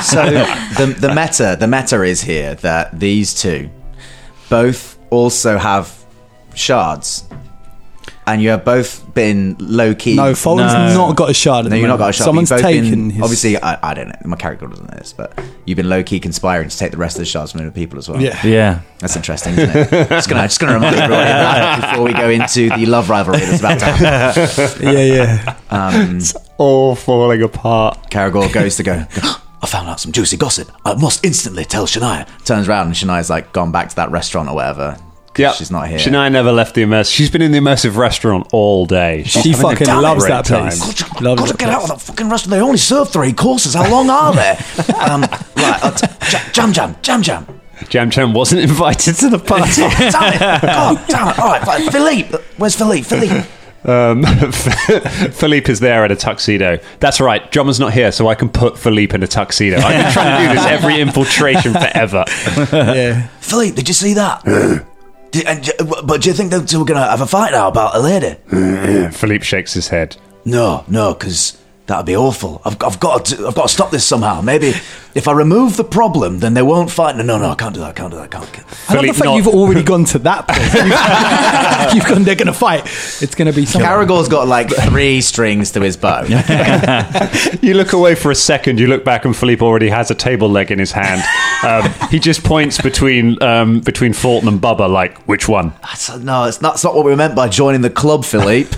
[SPEAKER 8] So the, the meta the meta is here that these two both also have shards. And you have both been low key.
[SPEAKER 5] No, Fulton's not got a shard
[SPEAKER 8] No,
[SPEAKER 5] at the
[SPEAKER 8] you've not
[SPEAKER 5] moment.
[SPEAKER 8] got a shot.
[SPEAKER 5] Someone's
[SPEAKER 8] you've both
[SPEAKER 5] taken
[SPEAKER 8] been,
[SPEAKER 5] his.
[SPEAKER 8] Obviously, I, I don't know. My character doesn't know this, but you've been low key conspiring to take the rest of the shots from other people as well.
[SPEAKER 5] Yeah.
[SPEAKER 6] Yeah.
[SPEAKER 8] That's interesting, isn't it? just gonna just gonna remind everyone of that before we go into the love rivalry that's about to happen.
[SPEAKER 5] Yeah, yeah.
[SPEAKER 3] All falling apart.
[SPEAKER 8] Caragor goes to go. I found out some juicy gossip. I must instantly tell Shania. Turns around and Shania's like gone back to that restaurant or whatever. 'cause
[SPEAKER 3] Yeah,
[SPEAKER 8] she's not here.
[SPEAKER 3] Shania never left the immersive. She's been in the immersive restaurant all day. She's
[SPEAKER 5] She
[SPEAKER 3] having a
[SPEAKER 5] fucking
[SPEAKER 3] great
[SPEAKER 5] loves that
[SPEAKER 3] time.
[SPEAKER 5] place.
[SPEAKER 8] Gotta,
[SPEAKER 5] Loves
[SPEAKER 8] gotta
[SPEAKER 5] that
[SPEAKER 8] get
[SPEAKER 5] place.
[SPEAKER 8] out of that fucking restaurant. They only serve three courses. How long are they? um, right, I'll t- ja- jam, jam, jam, jam.
[SPEAKER 3] Jam Jam wasn't invited to the party.
[SPEAKER 8] Damn it! God damn it! All right, fine. Philippe, where's Philippe? Philippe.
[SPEAKER 3] Um, Philippe is there in a tuxedo. That's right. Drummer's not here, so I can put Philippe in a tuxedo. I've been trying to do this every infiltration forever.
[SPEAKER 5] yeah.
[SPEAKER 8] Philippe, did you see that? Did- and j- but do you think that we're going to have a fight now about a lady?
[SPEAKER 3] Philippe shakes his head.
[SPEAKER 8] No, no, because that'd be awful. I've, I've got to, I've got to stop this somehow. Maybe if I remove the problem, then they won't fight. No, no, no, I can't do that. I can't do that. I can't.
[SPEAKER 5] I love the
[SPEAKER 3] Philippe,
[SPEAKER 5] fact
[SPEAKER 3] not-
[SPEAKER 5] you've already gone to that point. You've, you've gone, they're going to fight. It's going to be something.
[SPEAKER 8] Caragor's got like three strings to his bow.
[SPEAKER 3] You look away for a second, you look back, and Philippe already has a table leg in his hand. Um, he just points between um, between Fulton and Bubba, like, which one?
[SPEAKER 8] That's, no, it's not, that's not what we meant by joining the club, Philippe.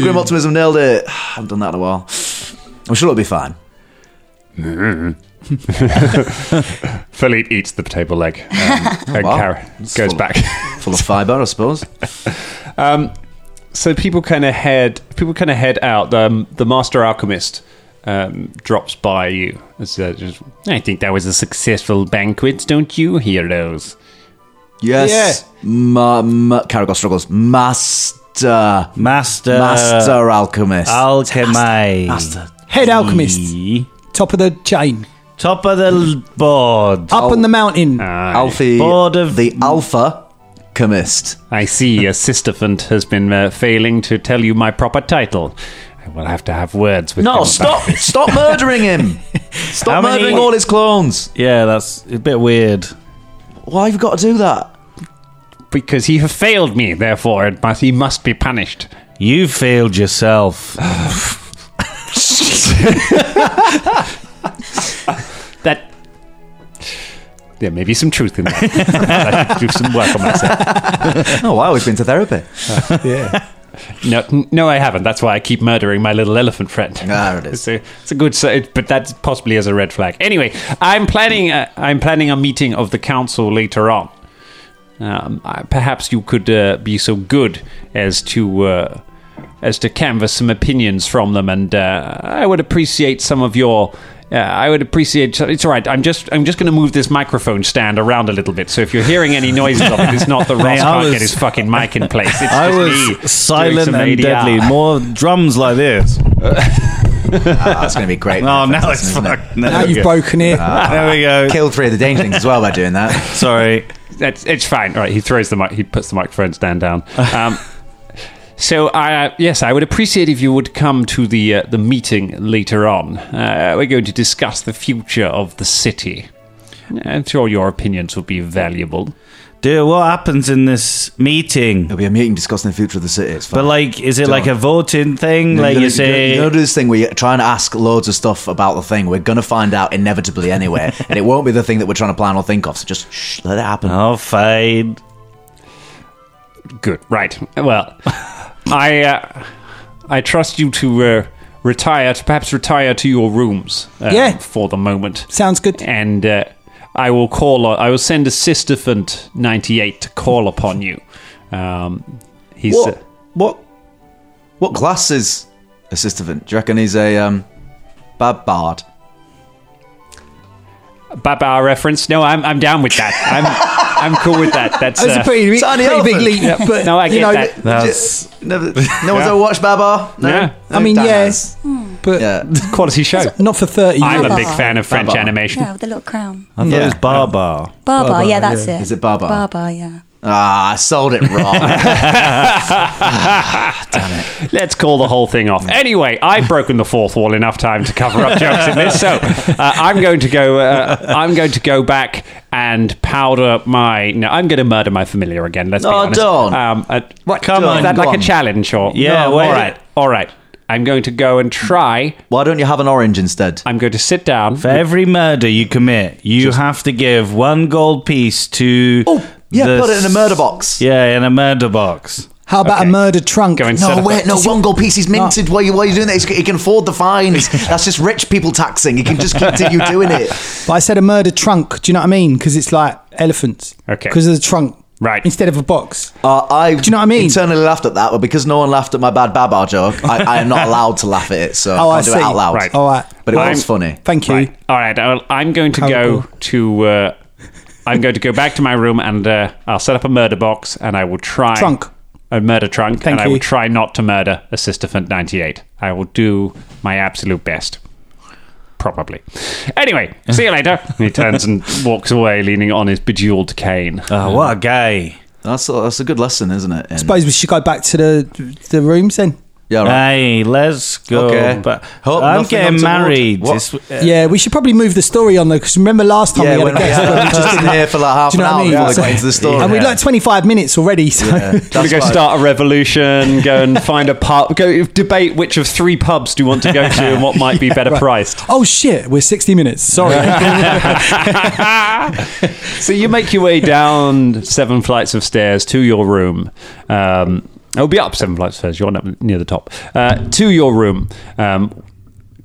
[SPEAKER 8] Grim Optimism nailed it. I haven't done that in a while. I'm sure it'll be fine.
[SPEAKER 3] Philippe eats the table leg um, and
[SPEAKER 8] wow.
[SPEAKER 3] Kara
[SPEAKER 8] It's
[SPEAKER 3] goes
[SPEAKER 8] full-
[SPEAKER 3] back.
[SPEAKER 8] Full of fibre, I suppose.
[SPEAKER 3] Um, so people kind of head people kind of head out. Um, the master alchemist um, drops by you. and says, just, I think that was a successful banquet, don't you, heroes?
[SPEAKER 8] Yes. Ma- ma- Caragor struggles. Master.
[SPEAKER 6] Master.
[SPEAKER 3] Uh,
[SPEAKER 8] Master Alchemist.
[SPEAKER 6] Alchemy.
[SPEAKER 8] Master.
[SPEAKER 5] Head alchemists, top of the chain,
[SPEAKER 6] Top of the l- board.
[SPEAKER 5] up
[SPEAKER 3] Oh.
[SPEAKER 5] on the mountain.
[SPEAKER 3] Ah.
[SPEAKER 8] Alfie.
[SPEAKER 6] Board of-
[SPEAKER 8] the Alpha. Chemist.
[SPEAKER 3] I see your sisterfant has been uh, failing to tell you my proper title. I will have to have words with him
[SPEAKER 8] No,
[SPEAKER 3] about
[SPEAKER 8] stop!
[SPEAKER 3] this.
[SPEAKER 8] stop murdering him! Stop
[SPEAKER 6] How many-
[SPEAKER 8] murdering all his clones!
[SPEAKER 6] Yeah, that's a bit weird.
[SPEAKER 8] Why have you got to do that?
[SPEAKER 3] Because he have failed me, therefore it must, he must be punished.
[SPEAKER 6] You failed yourself.
[SPEAKER 3] That. There may be some truth in that. I should do some work on myself.
[SPEAKER 8] Oh wow, we've been to therapy.
[SPEAKER 3] No, n- no, I haven't. That's why I keep murdering my little elephant friend.
[SPEAKER 8] Ah, There it is.
[SPEAKER 3] It's a, it's a good, so it- but that's possibly as a red flag. Anyway, I'm planning. A, I'm planning a meeting of the council later on. Um, I, perhaps you could uh, be so good as to uh, as to canvass some opinions from them, and uh, I would appreciate some of your. Uh, I would appreciate. It's all right. I'm just. I'm just going to move this microphone stand around a little bit. So if you're hearing any noises of it, it's not that Ross
[SPEAKER 6] Mate, I
[SPEAKER 3] can't
[SPEAKER 6] was-
[SPEAKER 3] get his fucking mic in place. It's just
[SPEAKER 6] I
[SPEAKER 3] me doing
[SPEAKER 6] was silent
[SPEAKER 3] some
[SPEAKER 6] and
[SPEAKER 3] ADR.
[SPEAKER 6] deadly. More drums like this.
[SPEAKER 8] Ah, that's going to be great.
[SPEAKER 6] Oh, now
[SPEAKER 8] That's-
[SPEAKER 6] it's
[SPEAKER 8] isn't it?
[SPEAKER 6] fucked. No,
[SPEAKER 5] now you've broken it.
[SPEAKER 3] Ah.
[SPEAKER 6] there we go.
[SPEAKER 8] Killed three of the dangerlings as well by doing that.
[SPEAKER 6] Sorry.
[SPEAKER 3] It's, it's fine. All right, he throws the mic. He puts the microphone stand down. Um, so, I, uh, yes, I would appreciate if you would come to the uh, the meeting later on. Uh, we're going to discuss the future of the city. I'm sure your opinions will be valuable.
[SPEAKER 6] Dude, what happens in this meeting?
[SPEAKER 8] There'll be a meeting discussing the future of the city. It's fine.
[SPEAKER 6] But like, is it like a voting thing? like
[SPEAKER 8] know,
[SPEAKER 6] you say,
[SPEAKER 8] you know, this thing where you try and ask loads of stuff about the thing. We're gonna find out inevitably anyway, and it won't be the thing that we're trying to plan or think of. So just shh, let it happen.
[SPEAKER 6] oh, fine.
[SPEAKER 3] Good. Right. Well, I uh, I trust you to uh, retire, to perhaps retire to your rooms uh,
[SPEAKER 5] Yeah.
[SPEAKER 3] for the moment.
[SPEAKER 5] Sounds good.
[SPEAKER 3] and uh, I will call. On, I will send a Sisterfant ninety eight to call upon you. Um, he's
[SPEAKER 8] what?
[SPEAKER 3] uh,
[SPEAKER 8] What? What class is assistant? Do you reckon he's a um, bad bard?
[SPEAKER 3] uh, Baba reference. No, I'm I'm down with that. I'm I'm cool with that. That's
[SPEAKER 5] That's
[SPEAKER 3] uh,
[SPEAKER 5] a pretty, big-
[SPEAKER 8] Tiny
[SPEAKER 5] pretty big
[SPEAKER 8] elephant.
[SPEAKER 5] leap. But,
[SPEAKER 3] no, I get
[SPEAKER 5] you know,
[SPEAKER 3] that.
[SPEAKER 6] That's
[SPEAKER 8] Never, no one's ever watched Babar. No,
[SPEAKER 3] Yeah.
[SPEAKER 8] No,
[SPEAKER 5] I mean,
[SPEAKER 8] Dan
[SPEAKER 5] yes, but
[SPEAKER 8] has. Yeah.
[SPEAKER 3] Quality show.
[SPEAKER 5] not for 30
[SPEAKER 3] I'm
[SPEAKER 5] years.
[SPEAKER 3] a big fan of French
[SPEAKER 8] Baba.
[SPEAKER 3] animation.
[SPEAKER 7] Yeah, with the little crown.
[SPEAKER 6] I thought
[SPEAKER 8] Yeah.
[SPEAKER 6] it was Barbar.
[SPEAKER 7] Barbar, yeah, that's it.
[SPEAKER 8] Is it Barbar?
[SPEAKER 7] Barbar, yeah.
[SPEAKER 8] Ah, I sold it wrong.
[SPEAKER 3] Let's call the whole thing off. Anyway, I've broken the fourth wall enough time to cover up jokes in this, so uh, I'm going to go. Uh, I'm going to go back and powder my. No, I'm going to murder my familiar again. Let's be
[SPEAKER 8] Oh,
[SPEAKER 3] honest.
[SPEAKER 8] don't.
[SPEAKER 3] Um, uh, what,
[SPEAKER 8] Come
[SPEAKER 3] is
[SPEAKER 8] on,
[SPEAKER 3] that
[SPEAKER 8] go
[SPEAKER 3] like a
[SPEAKER 8] on.
[SPEAKER 3] challenge or?
[SPEAKER 6] Yeah,
[SPEAKER 3] No,
[SPEAKER 6] wait.
[SPEAKER 3] all right, all right. I'm going to go and try.
[SPEAKER 8] Why don't you have an orange instead?
[SPEAKER 3] I'm going to sit down.
[SPEAKER 6] For every murder you commit, you have to give one gold piece to.
[SPEAKER 8] Oh, yeah,
[SPEAKER 6] the
[SPEAKER 8] put it in a murder
[SPEAKER 6] s-
[SPEAKER 8] box.
[SPEAKER 6] Yeah, in a murder box.
[SPEAKER 5] How about a murder trunk?
[SPEAKER 3] Go and
[SPEAKER 5] No,
[SPEAKER 3] set
[SPEAKER 8] No,
[SPEAKER 3] up
[SPEAKER 8] wait, no, one gold piece. He's minted. Why are you, why are you doing that? He's, he can afford the fines. That's just rich people taxing. He can just continue doing it.
[SPEAKER 5] But I said a murder trunk. Do you know what I mean? Because it's like elephants.
[SPEAKER 3] Okay.
[SPEAKER 5] Because of the trunk.
[SPEAKER 3] Right.
[SPEAKER 5] Instead of a box.
[SPEAKER 8] Uh, I,
[SPEAKER 5] you know what I mean?
[SPEAKER 8] Internally laughed at that, but because no one laughed at my bad Babar joke, I, I am not allowed to laugh at it. So
[SPEAKER 5] Oh,
[SPEAKER 8] I'll
[SPEAKER 5] I
[SPEAKER 8] do
[SPEAKER 5] see.
[SPEAKER 8] it out loud.
[SPEAKER 3] Right.
[SPEAKER 5] All right.
[SPEAKER 8] But it
[SPEAKER 3] I'm-
[SPEAKER 8] was funny.
[SPEAKER 5] Thank you.
[SPEAKER 3] Right. All right. I'll, I'm going to go to. Uh, I'm going to go back to my room and uh, I'll set up a murder box and I will try
[SPEAKER 5] Trunk.
[SPEAKER 3] a murder trunk,
[SPEAKER 5] Thank
[SPEAKER 3] and I
[SPEAKER 5] you.
[SPEAKER 3] will try not to murder a Sisterfant 98. I will do my absolute best. Probably. Anyway, see you later. he turns and walks away, leaning on his bejeweled cane.
[SPEAKER 6] Oh, what a guy.
[SPEAKER 8] That's a, that's a good lesson, isn't it? And-
[SPEAKER 5] suppose we should go back to the the rooms then.
[SPEAKER 8] yeah, right.
[SPEAKER 6] Hey, let's go.
[SPEAKER 8] Okay.
[SPEAKER 6] But
[SPEAKER 8] Hope
[SPEAKER 6] I'm
[SPEAKER 8] nothing
[SPEAKER 6] getting
[SPEAKER 8] untoward.
[SPEAKER 6] married.
[SPEAKER 8] What?
[SPEAKER 6] It's-
[SPEAKER 5] Yeah. we should probably move the story on though, because remember last time
[SPEAKER 8] yeah,
[SPEAKER 5] we
[SPEAKER 8] when
[SPEAKER 5] had a
[SPEAKER 8] we
[SPEAKER 5] guest,
[SPEAKER 8] had a
[SPEAKER 5] but we just
[SPEAKER 8] person
[SPEAKER 5] didn't.
[SPEAKER 8] here for like half
[SPEAKER 5] Do you know
[SPEAKER 8] an
[SPEAKER 5] what
[SPEAKER 8] hour
[SPEAKER 5] I mean?
[SPEAKER 8] before we
[SPEAKER 5] So-
[SPEAKER 8] got into the story.
[SPEAKER 5] and we're
[SPEAKER 8] Yeah.
[SPEAKER 5] like 25 minutes already, so
[SPEAKER 8] That's
[SPEAKER 1] we go
[SPEAKER 8] why-
[SPEAKER 1] start a revolution, go and find a pub, go debate which of three pubs do you want to go to and what might be better priced.
[SPEAKER 5] oh shit, we're 60 minutes. Sorry.
[SPEAKER 1] So you make your way down seven flights of stairs to your room.
[SPEAKER 3] oh,
[SPEAKER 1] Um, it'll be up seven flights of stairs. You're not near the top. Uh, to your room. Um,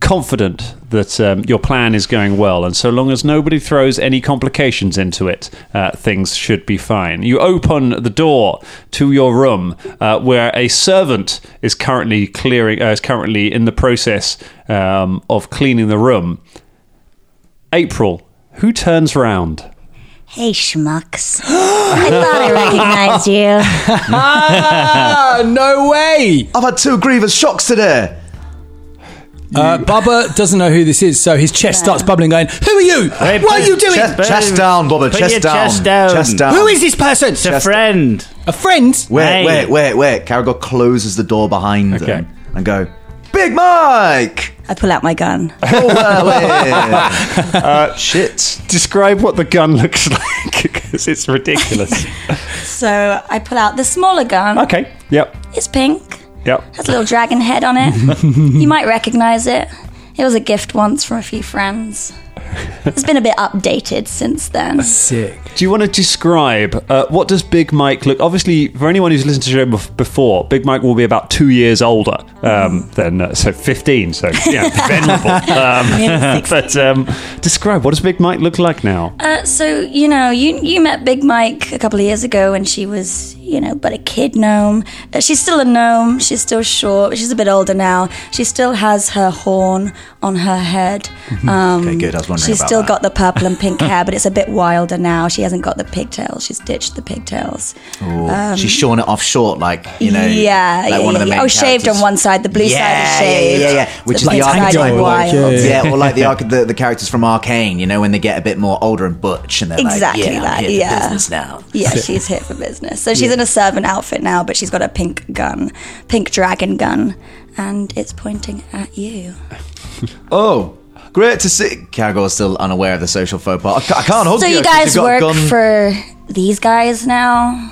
[SPEAKER 3] confident that um, your plan is going well, and so long as nobody throws any complications into it, uh, things should be fine. You open the door to your room, uh, where a servant is currently clearing, uh, is currently in the process um, of cleaning the room. April, who turns round?
[SPEAKER 7] Hey, schmucks. I thought I recognized you.
[SPEAKER 5] Ah, no way.
[SPEAKER 8] I've had two grievous shocks today.
[SPEAKER 5] Uh, Bubba doesn't know who this is, so his chest starts bubbling, going, Who are you?
[SPEAKER 6] Hey,
[SPEAKER 5] what are you
[SPEAKER 6] please,
[SPEAKER 5] doing?
[SPEAKER 8] Chest,
[SPEAKER 6] Boom.
[SPEAKER 8] chest down, Bobber.
[SPEAKER 6] Put
[SPEAKER 8] Chest,
[SPEAKER 6] your
[SPEAKER 8] down.
[SPEAKER 6] chest down.
[SPEAKER 8] Chest down.
[SPEAKER 5] Who is this person?
[SPEAKER 6] It's a friend.
[SPEAKER 5] A friend?
[SPEAKER 8] Wait,
[SPEAKER 6] Hey.
[SPEAKER 8] wait, wait, wait. Carragher closes the door behind them and go, Big Mike! Oh,
[SPEAKER 7] I pull out my gun.
[SPEAKER 8] Go that way. uh, shit.
[SPEAKER 3] Describe what the gun looks like because it's ridiculous.
[SPEAKER 7] So I pull out the smaller gun.
[SPEAKER 3] okay. Yep.
[SPEAKER 7] It's pink.
[SPEAKER 3] Yep.
[SPEAKER 7] Has a little dragon head on it. you might recognize it. It was a gift once from a few friends. It's been a bit updated since then.
[SPEAKER 5] Sick.
[SPEAKER 3] Do you want to describe uh, what does Big Mike look? Obviously, for anyone who's listened to the show bef- before, Big Mike will be about two years older um, than uh, so fifteen. So yeah, venerable. Um, but um, describe what does Big Mike look like now?
[SPEAKER 7] Uh, so you know, you you met Big Mike a couple of years ago when she was, you know, but a kid gnome. Uh, she's still a gnome. She's still short. but She's a bit older now. She still has her horn on her head. Um,
[SPEAKER 8] Mm-hmm. Okay, good. I was wondering
[SPEAKER 7] She's
[SPEAKER 8] about
[SPEAKER 7] still
[SPEAKER 8] that.
[SPEAKER 7] got the purple and pink hair, but it's a bit wilder now. She hasn't got the pigtails. She's ditched the pigtails.
[SPEAKER 8] Ooh, She's shorn it off short, like, you know.
[SPEAKER 7] yeah,
[SPEAKER 8] like
[SPEAKER 7] yeah,
[SPEAKER 8] one of the
[SPEAKER 7] yeah.
[SPEAKER 8] main
[SPEAKER 7] oh, shaved on
[SPEAKER 8] characters.
[SPEAKER 7] one side. The blue
[SPEAKER 8] yeah,
[SPEAKER 7] side is shaved.
[SPEAKER 8] Yeah, yeah, yeah. Which is
[SPEAKER 7] blue
[SPEAKER 8] the
[SPEAKER 7] side
[SPEAKER 8] archetype.
[SPEAKER 7] wild.
[SPEAKER 5] Yeah, yeah,
[SPEAKER 8] Yeah, or like the, arch- the the characters from Arcane, you know, when they get a bit more older and butch and they're
[SPEAKER 7] Exactly
[SPEAKER 8] like, yeah, I'm
[SPEAKER 7] that,
[SPEAKER 8] here for
[SPEAKER 7] yeah.
[SPEAKER 8] business now.
[SPEAKER 7] Yeah, she's here for business. So she's in a servant outfit now, but she's got a pink gun, pink dragon gun, and it's pointing at you.
[SPEAKER 8] Oh, great to see. Caragor's still unaware of the social faux pas. I, ca- I can't hug
[SPEAKER 7] So
[SPEAKER 8] you.
[SPEAKER 7] you
[SPEAKER 8] 'cause you've
[SPEAKER 7] guys
[SPEAKER 8] got a
[SPEAKER 7] work
[SPEAKER 8] gun.
[SPEAKER 7] for these guys now?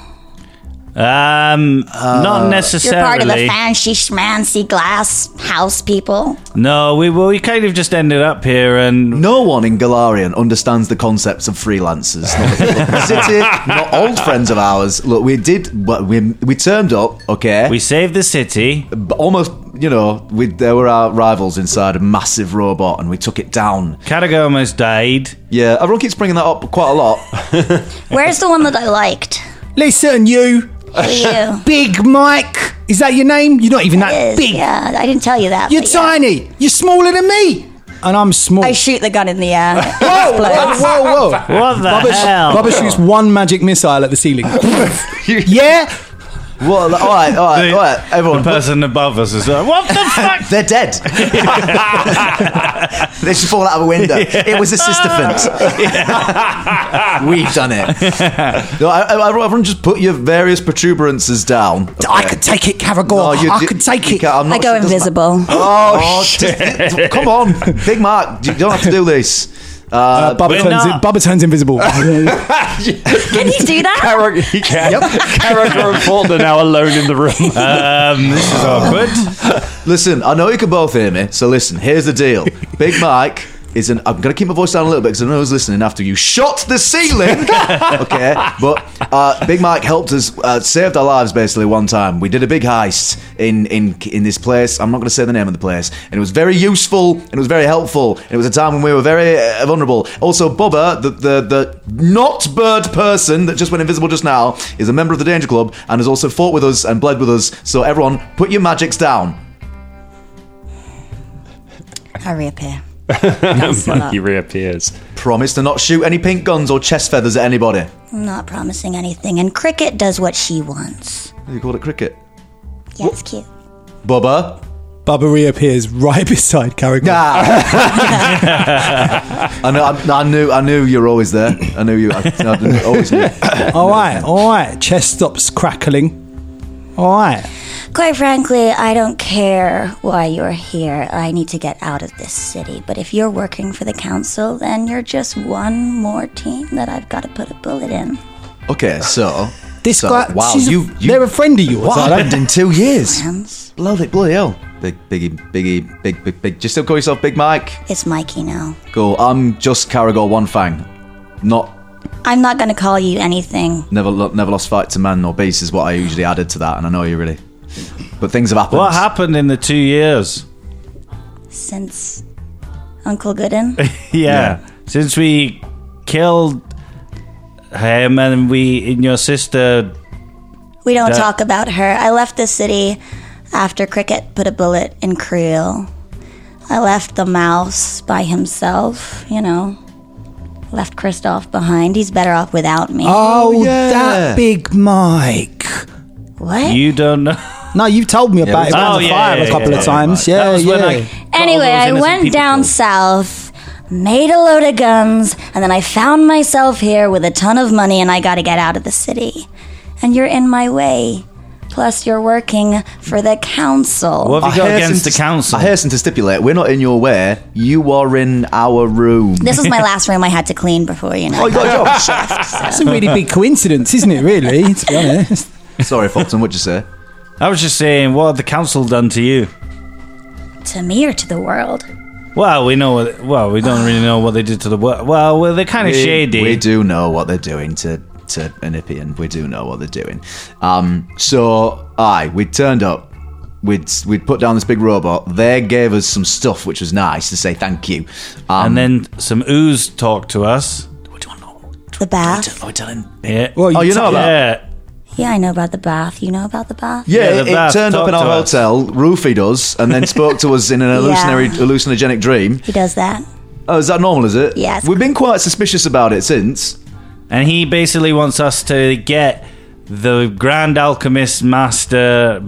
[SPEAKER 6] Um,
[SPEAKER 8] Uh,
[SPEAKER 6] not
[SPEAKER 7] You're
[SPEAKER 6] necessarily.
[SPEAKER 7] part of the fancy schmancy glass house people.
[SPEAKER 6] no, we well, we kind of just ended up here, and
[SPEAKER 8] No one in Galarian understands the concepts of freelancers. Not the people in the city, not old friends of ours. Look, we did, but we we turned up, okay?
[SPEAKER 6] we saved the city.
[SPEAKER 8] but almost, you know, we there were our rivals inside a massive robot, and we took it down.
[SPEAKER 6] Carragher almost died.
[SPEAKER 8] Yeah, everyone keeps bringing that up quite a lot.
[SPEAKER 7] Where's the one that I liked?
[SPEAKER 5] Listen, you,
[SPEAKER 7] Who are you?
[SPEAKER 5] Big Mike. Is that your name? You're not even that
[SPEAKER 7] Is-
[SPEAKER 5] big.
[SPEAKER 7] Yeah, I didn't tell you that.
[SPEAKER 5] You're
[SPEAKER 7] but yeah.
[SPEAKER 5] tiny. You're smaller than me. And I'm small.
[SPEAKER 7] I shoot the gun in the air. It
[SPEAKER 5] whoa, whoa,
[SPEAKER 7] explodes.
[SPEAKER 5] whoa, whoa.
[SPEAKER 6] What the
[SPEAKER 5] Bubba,
[SPEAKER 6] hell?
[SPEAKER 5] Bubba shoots one magic missile at the ceiling. yeah?
[SPEAKER 8] Well, like, all right, all right, all right,
[SPEAKER 6] the
[SPEAKER 8] everyone.
[SPEAKER 6] person above us is like, what the fuck?
[SPEAKER 8] Uh, They're dead. they should fall out of a window. It was a sisterfant. We've done it. No, I, I, everyone just put your various protuberances down. Oh,
[SPEAKER 5] I could take it, Caragor. I could take it.
[SPEAKER 8] i
[SPEAKER 7] I go invisible.
[SPEAKER 8] Oh, shit. Come on. Big Mark, you don't have to do this. Uh,
[SPEAKER 5] Uh, Bubba,
[SPEAKER 6] we're
[SPEAKER 5] turns in,
[SPEAKER 6] not-
[SPEAKER 5] Bubba turns invisible.
[SPEAKER 7] Can you do that?
[SPEAKER 3] Carragher, he can. Carragher and Faulkner now alone in the room.
[SPEAKER 6] Um, this is awkward.
[SPEAKER 8] Listen, I know you can both hear me, so listen, here's the deal. Big Mike is an. I'm going to keep my voice down a little bit because I know who's listening after you shot the ceiling. okay, but uh, Big Mike helped us, uh, saved our lives basically one time. We did a big heist in, in, in this place. I'm not going to say the name of the place. And it was very useful and it was very helpful. And it was a time when we were very uh, vulnerable. Also, Bubba, the, the, the not bird person that just went invisible just now, is a member of the Danger Club and has also fought with us and bled with us. So, everyone, put your magics down.
[SPEAKER 7] I reappear. Thanks a lot.
[SPEAKER 3] he reappears.
[SPEAKER 8] Promise to not shoot any pink guns or chest feathers at anybody.
[SPEAKER 7] I'm not promising anything, and Cricket does what she wants.
[SPEAKER 8] You called it cricket.
[SPEAKER 7] Yeah, it's cute.
[SPEAKER 8] Bubba.
[SPEAKER 5] Bubba reappears right beside Caragor.
[SPEAKER 8] Ah. I, know, I, I knew. I knew you were always there. I knew you. I, I always knew. Oh.
[SPEAKER 5] All right, all right. Chest stops crackling. All right.
[SPEAKER 7] Quite frankly, I don't care why you're here. I need to get out of this city. But if you're working for the council, then you're just one more team that I've got to put a bullet in.
[SPEAKER 8] Okay, so
[SPEAKER 5] This
[SPEAKER 8] so,
[SPEAKER 5] guy,
[SPEAKER 8] Wow,
[SPEAKER 5] she's a-
[SPEAKER 8] you. you
[SPEAKER 5] they're a friend of yours.
[SPEAKER 8] what
[SPEAKER 5] I
[SPEAKER 8] happened
[SPEAKER 5] don't
[SPEAKER 8] in two years?
[SPEAKER 7] Friends,
[SPEAKER 8] Bloody bloody hell! Big biggie biggie big big big. Do you still call yourself Big Mike?
[SPEAKER 7] it's Mikey now.
[SPEAKER 8] Cool. I'm just Caragor One Fang. Not
[SPEAKER 7] I'm not going to call you anything.
[SPEAKER 8] never lo- never lost fight to man or beast is what I usually added to that, and I know you really. But things have happened.
[SPEAKER 6] What happened in the two years?
[SPEAKER 7] since Uncle Gooden.
[SPEAKER 6] Yeah. Since we killed him and we and your sister
[SPEAKER 7] We don't
[SPEAKER 6] That-
[SPEAKER 7] talk about her. I left the city after Cricket put a bullet in Creel. I left the mouse by himself, you know. Left Kristoff behind. He's better off without me.
[SPEAKER 5] Oh, that big Mike.
[SPEAKER 7] what?
[SPEAKER 6] you don't know
[SPEAKER 5] No, you've told me about it
[SPEAKER 6] was-
[SPEAKER 5] around
[SPEAKER 6] Oh,
[SPEAKER 5] the
[SPEAKER 6] yeah,
[SPEAKER 5] fire
[SPEAKER 6] yeah,
[SPEAKER 5] a
[SPEAKER 6] yeah,
[SPEAKER 5] couple
[SPEAKER 6] yeah,
[SPEAKER 5] of
[SPEAKER 6] yeah.
[SPEAKER 5] times.
[SPEAKER 6] That
[SPEAKER 5] Yeah,
[SPEAKER 6] was
[SPEAKER 5] yeah.
[SPEAKER 6] when I-
[SPEAKER 7] anyway,
[SPEAKER 6] all those
[SPEAKER 7] I
[SPEAKER 6] innocent
[SPEAKER 7] went
[SPEAKER 6] people
[SPEAKER 7] down
[SPEAKER 6] killed.
[SPEAKER 7] south, made a load of guns, and then I found myself here with a ton of money and I gotta get out of the city. And you're in my way. Plus, you're working for the council.
[SPEAKER 6] What have you
[SPEAKER 8] I
[SPEAKER 6] got
[SPEAKER 8] hasten
[SPEAKER 6] against the
[SPEAKER 8] to-
[SPEAKER 6] council?
[SPEAKER 8] I hasten to stipulate, we're not in your way. You are in our room.
[SPEAKER 7] This was my last room I had to clean before, you know.
[SPEAKER 8] Oh, you got a job.
[SPEAKER 5] That's a really big coincidence, isn't it, really? To be honest.
[SPEAKER 8] Sorry, Fulton, what'd you say?
[SPEAKER 6] I was just saying, what have the council done to you?
[SPEAKER 7] to me or to the world?
[SPEAKER 6] Well, we know what. Well, we don't really know what they did to the world. Well, well, they're kind of
[SPEAKER 8] We-
[SPEAKER 6] shady.
[SPEAKER 8] We do know what they're doing to to Anipian. We do know what they're doing. Um, so aye, we turned up. We'd we'd put down this big robot. They gave us some stuff, which was nice to say thank you. Um,
[SPEAKER 6] and then some ooze talked to us.
[SPEAKER 8] what do you want to know?
[SPEAKER 7] The bath?
[SPEAKER 8] Are we telling?
[SPEAKER 6] Oh, Yeah.
[SPEAKER 5] Well, you
[SPEAKER 8] Oh, you know about
[SPEAKER 6] yeah.
[SPEAKER 7] Yeah, I know about the bath. You know about the bath?
[SPEAKER 8] Yeah,
[SPEAKER 6] Yeah, the
[SPEAKER 8] it, it
[SPEAKER 6] bath
[SPEAKER 8] turned up in
[SPEAKER 6] talked
[SPEAKER 8] our
[SPEAKER 6] to us.
[SPEAKER 8] hotel, roofied us, and then spoke to us in an hallucinatory,
[SPEAKER 7] Yeah.
[SPEAKER 8] hallucinogenic dream.
[SPEAKER 7] He does that.
[SPEAKER 8] Oh, is that normal, is it?
[SPEAKER 7] Yes.
[SPEAKER 8] We've been quite suspicious about it since.
[SPEAKER 6] And he basically wants us to get the Grand Alchemist Master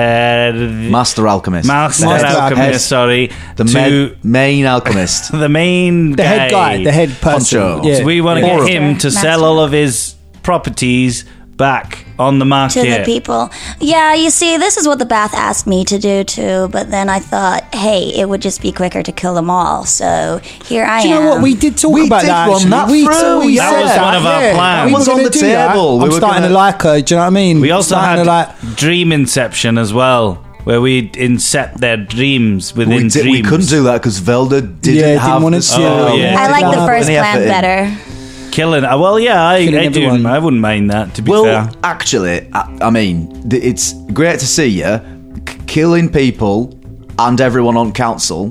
[SPEAKER 6] Beta
[SPEAKER 8] Master Alchemist.
[SPEAKER 6] Master,
[SPEAKER 8] The head-
[SPEAKER 6] Alchemist.
[SPEAKER 8] head-
[SPEAKER 6] sorry,
[SPEAKER 8] The
[SPEAKER 6] to
[SPEAKER 8] ma- main alchemist.
[SPEAKER 6] the main
[SPEAKER 5] The head guy, the head person.
[SPEAKER 8] Poncho.
[SPEAKER 5] Yeah.
[SPEAKER 6] So we want to
[SPEAKER 7] Master,
[SPEAKER 6] get him to sell
[SPEAKER 7] master.
[SPEAKER 6] all of his properties back on the
[SPEAKER 7] To
[SPEAKER 6] market.
[SPEAKER 7] the people. Yeah, you see, this is what the bath asked me to do too, but then I thought, hey, it would just be quicker to kill them all. So here I
[SPEAKER 5] Do you
[SPEAKER 7] am.
[SPEAKER 5] know what? We did talk
[SPEAKER 8] We
[SPEAKER 5] about
[SPEAKER 8] did
[SPEAKER 5] that.
[SPEAKER 8] run
[SPEAKER 5] actually.
[SPEAKER 8] that
[SPEAKER 5] we
[SPEAKER 8] through,
[SPEAKER 5] we
[SPEAKER 8] That
[SPEAKER 5] said
[SPEAKER 6] was one of our
[SPEAKER 5] yeah.
[SPEAKER 6] plans.
[SPEAKER 5] We
[SPEAKER 8] That was
[SPEAKER 5] were
[SPEAKER 8] on
[SPEAKER 5] gonna
[SPEAKER 8] the
[SPEAKER 5] do that.
[SPEAKER 8] table. We
[SPEAKER 5] I'm
[SPEAKER 8] were
[SPEAKER 5] starting to
[SPEAKER 8] gonna-
[SPEAKER 5] like her. Do you know what I mean?
[SPEAKER 6] We also
[SPEAKER 5] starting
[SPEAKER 6] had
[SPEAKER 5] to like.
[SPEAKER 6] dream inception as well, where we incept their dreams within
[SPEAKER 8] We, did,
[SPEAKER 6] dreams.
[SPEAKER 8] we couldn't do that because Velda didn't
[SPEAKER 5] Yeah, didn't
[SPEAKER 8] have
[SPEAKER 5] wanna
[SPEAKER 8] the
[SPEAKER 5] see it.
[SPEAKER 8] serum.
[SPEAKER 6] Oh, yeah.
[SPEAKER 7] I like the
[SPEAKER 5] Yeah.
[SPEAKER 7] first
[SPEAKER 8] Any effort
[SPEAKER 7] plan
[SPEAKER 8] in.
[SPEAKER 7] better.
[SPEAKER 6] killing. uh, Well, yeah, I,
[SPEAKER 5] Killing
[SPEAKER 6] I do.
[SPEAKER 5] everyone.
[SPEAKER 6] I wouldn't mind that. To be
[SPEAKER 8] Well,
[SPEAKER 6] fair,
[SPEAKER 8] actually, I, I mean, th- it's great to see you. C- killing people and everyone on council